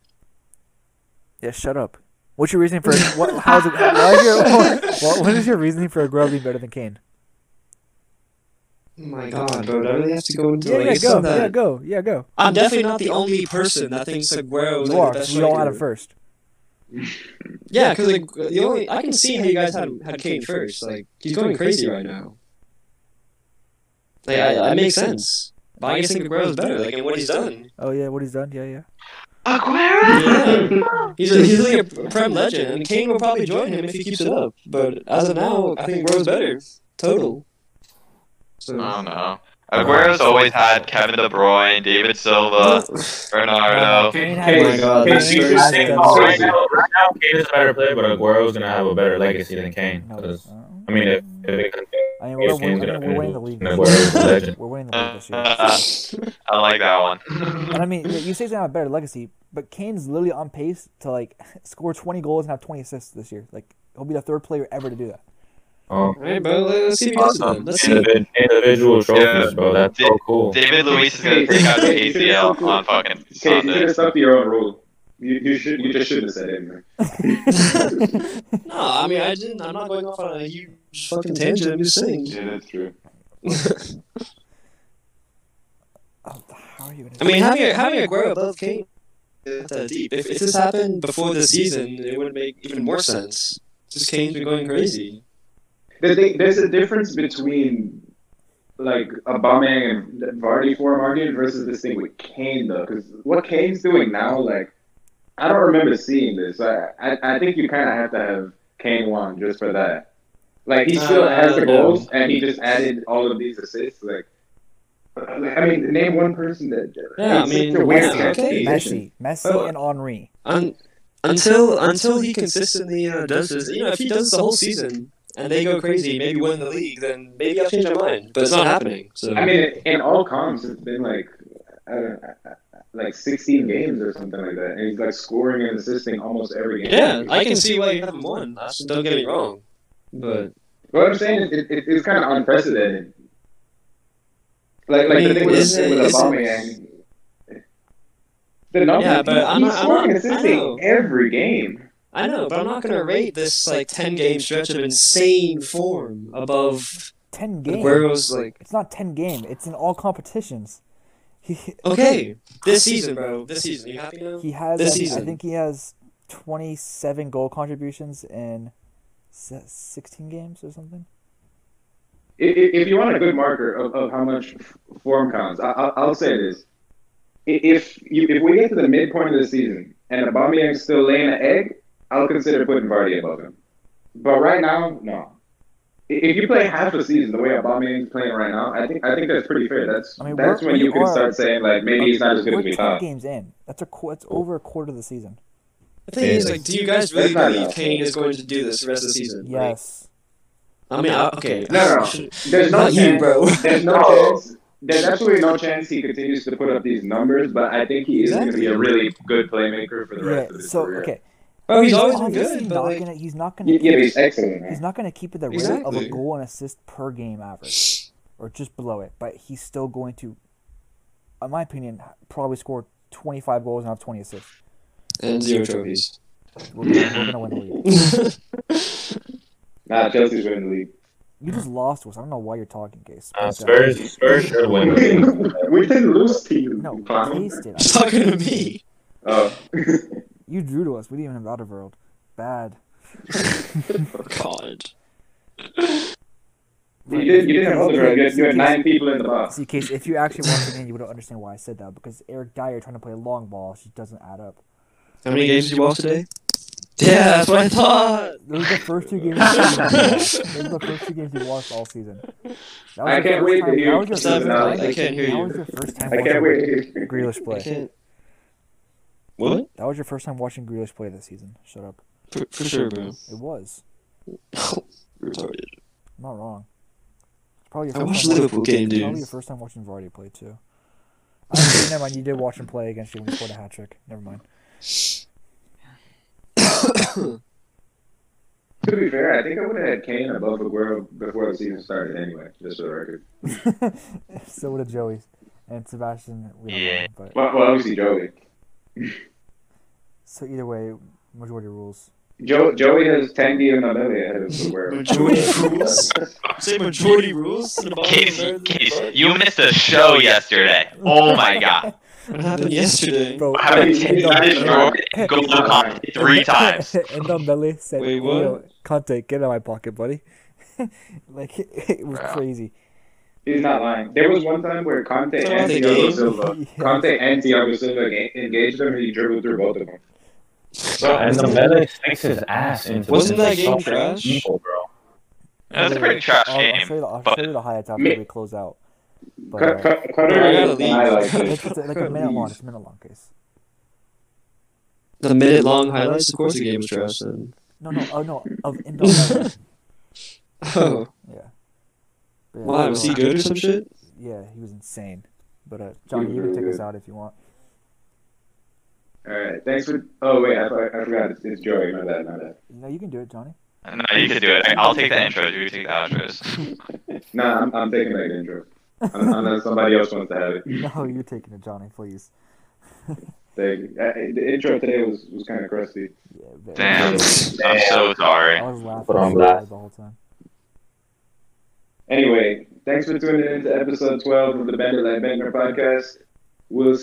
Yeah, shut up. What's your reasoning for what? How's it? Why is your, what, what is your reasoning for Aguero being better than Kane?
Oh my God, bro, do I really have to go into
Yeah,
like
yeah,
it's
go,
not that-
yeah, go, yeah, go.
I'm definitely not the only person that thinks Aguero is
You
like,
are.
the best
We all had
striker.
him first.
Yeah, because like the only I can see how you guys had had Kane first. Like he's going crazy right now. Like I, that makes sense. But I guess think Aguero's better. Like and what he's done.
Oh yeah, what he's done? Yeah, yeah.
Yeah. He's a, he's like a prem legend, and Kane will probably join him if he keeps it up. But as of now, I think Aguero's better. Total. So.
I don't know. Aguero's always had Kevin De Bruyne, David Silva, Bernardo.
Kane
Kane-
Oh my
uh,
God,
Kane
Uh, that's
beat
crazy.
the same
That's
ball.
oh, right now, right now, Kane is a better player, but Aguero's gonna have a better legacy than Kane.
No,
'cause,
uh,
I mean, if, if it
I mean, we're,
continues,
we're,
Kane's
I
gonna
mean, we're winning the league.
and Aguero's a legend.
We're winning the league this year.
Uh, I like that one.
And I mean, yeah, you say he's gonna have a better legacy, but Kane's literally on pace to like score 20 goals and have 20 assists this year. Like he'll be the third player ever to do that.
Um,
Alright, bro. Let's see if he does it. then. Let's see.
individ- individual trophies,
Yeah.
bro. That's so cool.
David Luis is gonna take out the ACL on fucking
Okay, you should
Sunday.
have stuck to your own rule. You, you should you just shouldn't have said it. man.
No, I mean I didn't. I'm not going off on a huge fucking tangent. I'm just saying.
Yeah, that's true.
Oh, how are you gonna?
I mean, having a, having a Aguero above Kane is that uh, deep. If, if this happened before the season, it would make even more sense. Just Kane's been going crazy.
The thing, there's a difference between like Aubameyang and Vardy form argument versus this thing with Kane though, because what Kane's doing now, like I don't remember seeing this. I I, I think you kind of have to have Kane one just for that. Like he still
Uh,
has the
no.
goals, and he just added all of these assists. Like, I mean, name one person that.
Yeah, I
it's
mean,
such a weird
yeah, okay.
situation.
Messi, Messi,
Oh.
and Henri.
Un- until until he consistently uh, does this, you know, if he does this the whole season and they go crazy, maybe win the league, then maybe I'll change my mind. But it's not happening. So
I mean, in all comps, it's been like, I don't, like 16 games or something like that, and he's like scoring and assisting almost every game.
yeah, I can see why you haven't won. That's- Don't get me wrong, but
What I'm saying is, it, it, it's kind of unprecedented. Like,
I
like
mean,
the thing with,
is it-
with
is it-
Aubameyang, the numbers.
Yeah, but
he's
I'm not- I'm
scoring and
not- I know.
assisting every game.
I know. But I'm not gonna rate this like ten game stretch of insane form above
Ten games.
Aguero's like.
It's not ten game. It's in all competitions. He
Okay, this season, bro. This season, you happy now?
he has.
This
I- I,
season.
think he has twenty-seven goal contributions in se- sixteen games or something.
If, if if you want a good marker of, of how much f- form counts, I, I'll, I'll say this: I- if you, if we get to the midpoint of the season and Aubameyang's still laying an egg, I'll consider putting Vardy above him. But right now, no. I- If you play half a season the way Aubameyang's playing right now, I think I think that's pretty fair. That's
I mean,
that's
we're-
when
we
you can
are-
start saying like maybe he's not as good
We're
as we
ten
thought.
games in. That's a qu- that's over a quarter of the season.
The thing is, like, do you guys really
That's not
believe
enough.
Kane is going to do this the rest of the season? Like,
Yes.
I mean, I, okay.
No, no, There's no
not you,
chance.
bro.
There's no
No.
chance. There's absolutely no chance he continues to put up these numbers. But I think he is going to be a really good playmaker for the
Yeah.
rest of his
So
career.
okay.
Bro, he's always been
obviously
good,
not
but like,
gonna, he's not gonna.
Yeah, yeah,
keep-
but he's excellent. Man.
He's not going to keep at the rate of a
Exactly.
goal and assist per game average, or just below it. But he's still going to, in my opinion, probably score 25 goals and have 20 assists.
and zero trophies.
We're gonna, we're gonna win the league.
Nah, Chelsea's winning the league.
You just lost to us. I don't know why you're talking, Case.
Uh, Spurs, Spurs should win. the league.
we didn't lose to you,
No,
clown.
Case did.
He's talking to me.
Oh.
You drew to us. We didn't even have Outerworld. Bad.
Oh, God.
you did. You didn't have other. You had, you had nine people in the box.
See, Case, if you actually watched the game, you would understand why I said that because Eric Dyer trying to play a long ball just doesn't add up.
How many games did you watch today? Yeah, that's what I thought.
Those are the first two games. Those are the first two games you watched all season. That was
I
your
can't
first
wait to
time-
hear
that was your
Stephen
first
Allen.
time-
I can't hear
that
you.
was your first time
I can't
watching
wait.
Grealish
I
play.
can't. What?
That was your first time watching Grealish play this season. Shut up.
For, for sure, bro.
It was.
Retarded.
I'm not wrong. It's probably your
I
first
watched
time watching-
Liverpool game,
It's Probably
dude.
your first time watching Vardy play too. I mean, never mind. You did watch him play against you when he scored a hat trick. Never mind.
To be fair, I think I would have had Kane above Aguero before the season started. Anyway, just for the record.
so would have Joey and Sebastian. We don't know,
Yeah.
But
Well, well obviously Joey.
so either way, majority rules.
Joe, Joey has Tanguy and Amelia ahead of Aguero.
Majority rules? Say majority rules? in the bottom
Casey,
third of the
Casey,
part?
you missed a show yesterday. Oh my god.
What happened yesterday?
Bro,
I was
He's not even
destroyed Golden three times.
and Don Belly said,
Wait,
"Hey,
what?
yo, Conte, get out of my pocket, buddy." like it was
Bro.
crazy.
He's not lying. There was one time where Conte
It's
and
not the
Thiago
game.
Silva,
Yeah.
Conte and Thiago Silva ga- engaged him, and he dribbled through both of them.
Bro, and the medic sticks his ass into.
Wasn't
the
that game
fucking
trash?
People, bro.
That was a pretty trash
I'll, I'll show
game.
you the, I'll
but-
show you the highlights after
Me-
we close out. But,
Cut,
uh,
cut, cut
No, I
her
gotta
in the eye like
leave.
this.
it's, it's like a minute long. It's a minute long case.
The minute long highlights? Of course the game was trash then.
No, no, oh no, of in Don Belly.
Oh.
But yeah,
Why?
so-
Was he good or some shit?
Yeah, he was insane. But uh, Johnny,
was
you can
really
take us
good.
out if you want.
All right, thanks for. Oh wait, I, for- I forgot. It's, it's Joey. My bad. My bad.
No, you can do it, Johnny.
No, you could do it. I- I'll take the intros. You take the outros.
Nah, I'm, I'm taking that intro. Un- Unless somebody else wants to have it.
No, you're taking it, Johnny. Please.
Thank you. Uh, the intro today was, was kind of crusty.
Yeah, but-
Damn. I'm so sorry.
I was laughing
Put on
so
blast.
hard the whole time.
Anyway, thanks for tuning in to episode 12 of the Bandit Life Banger podcast. We'll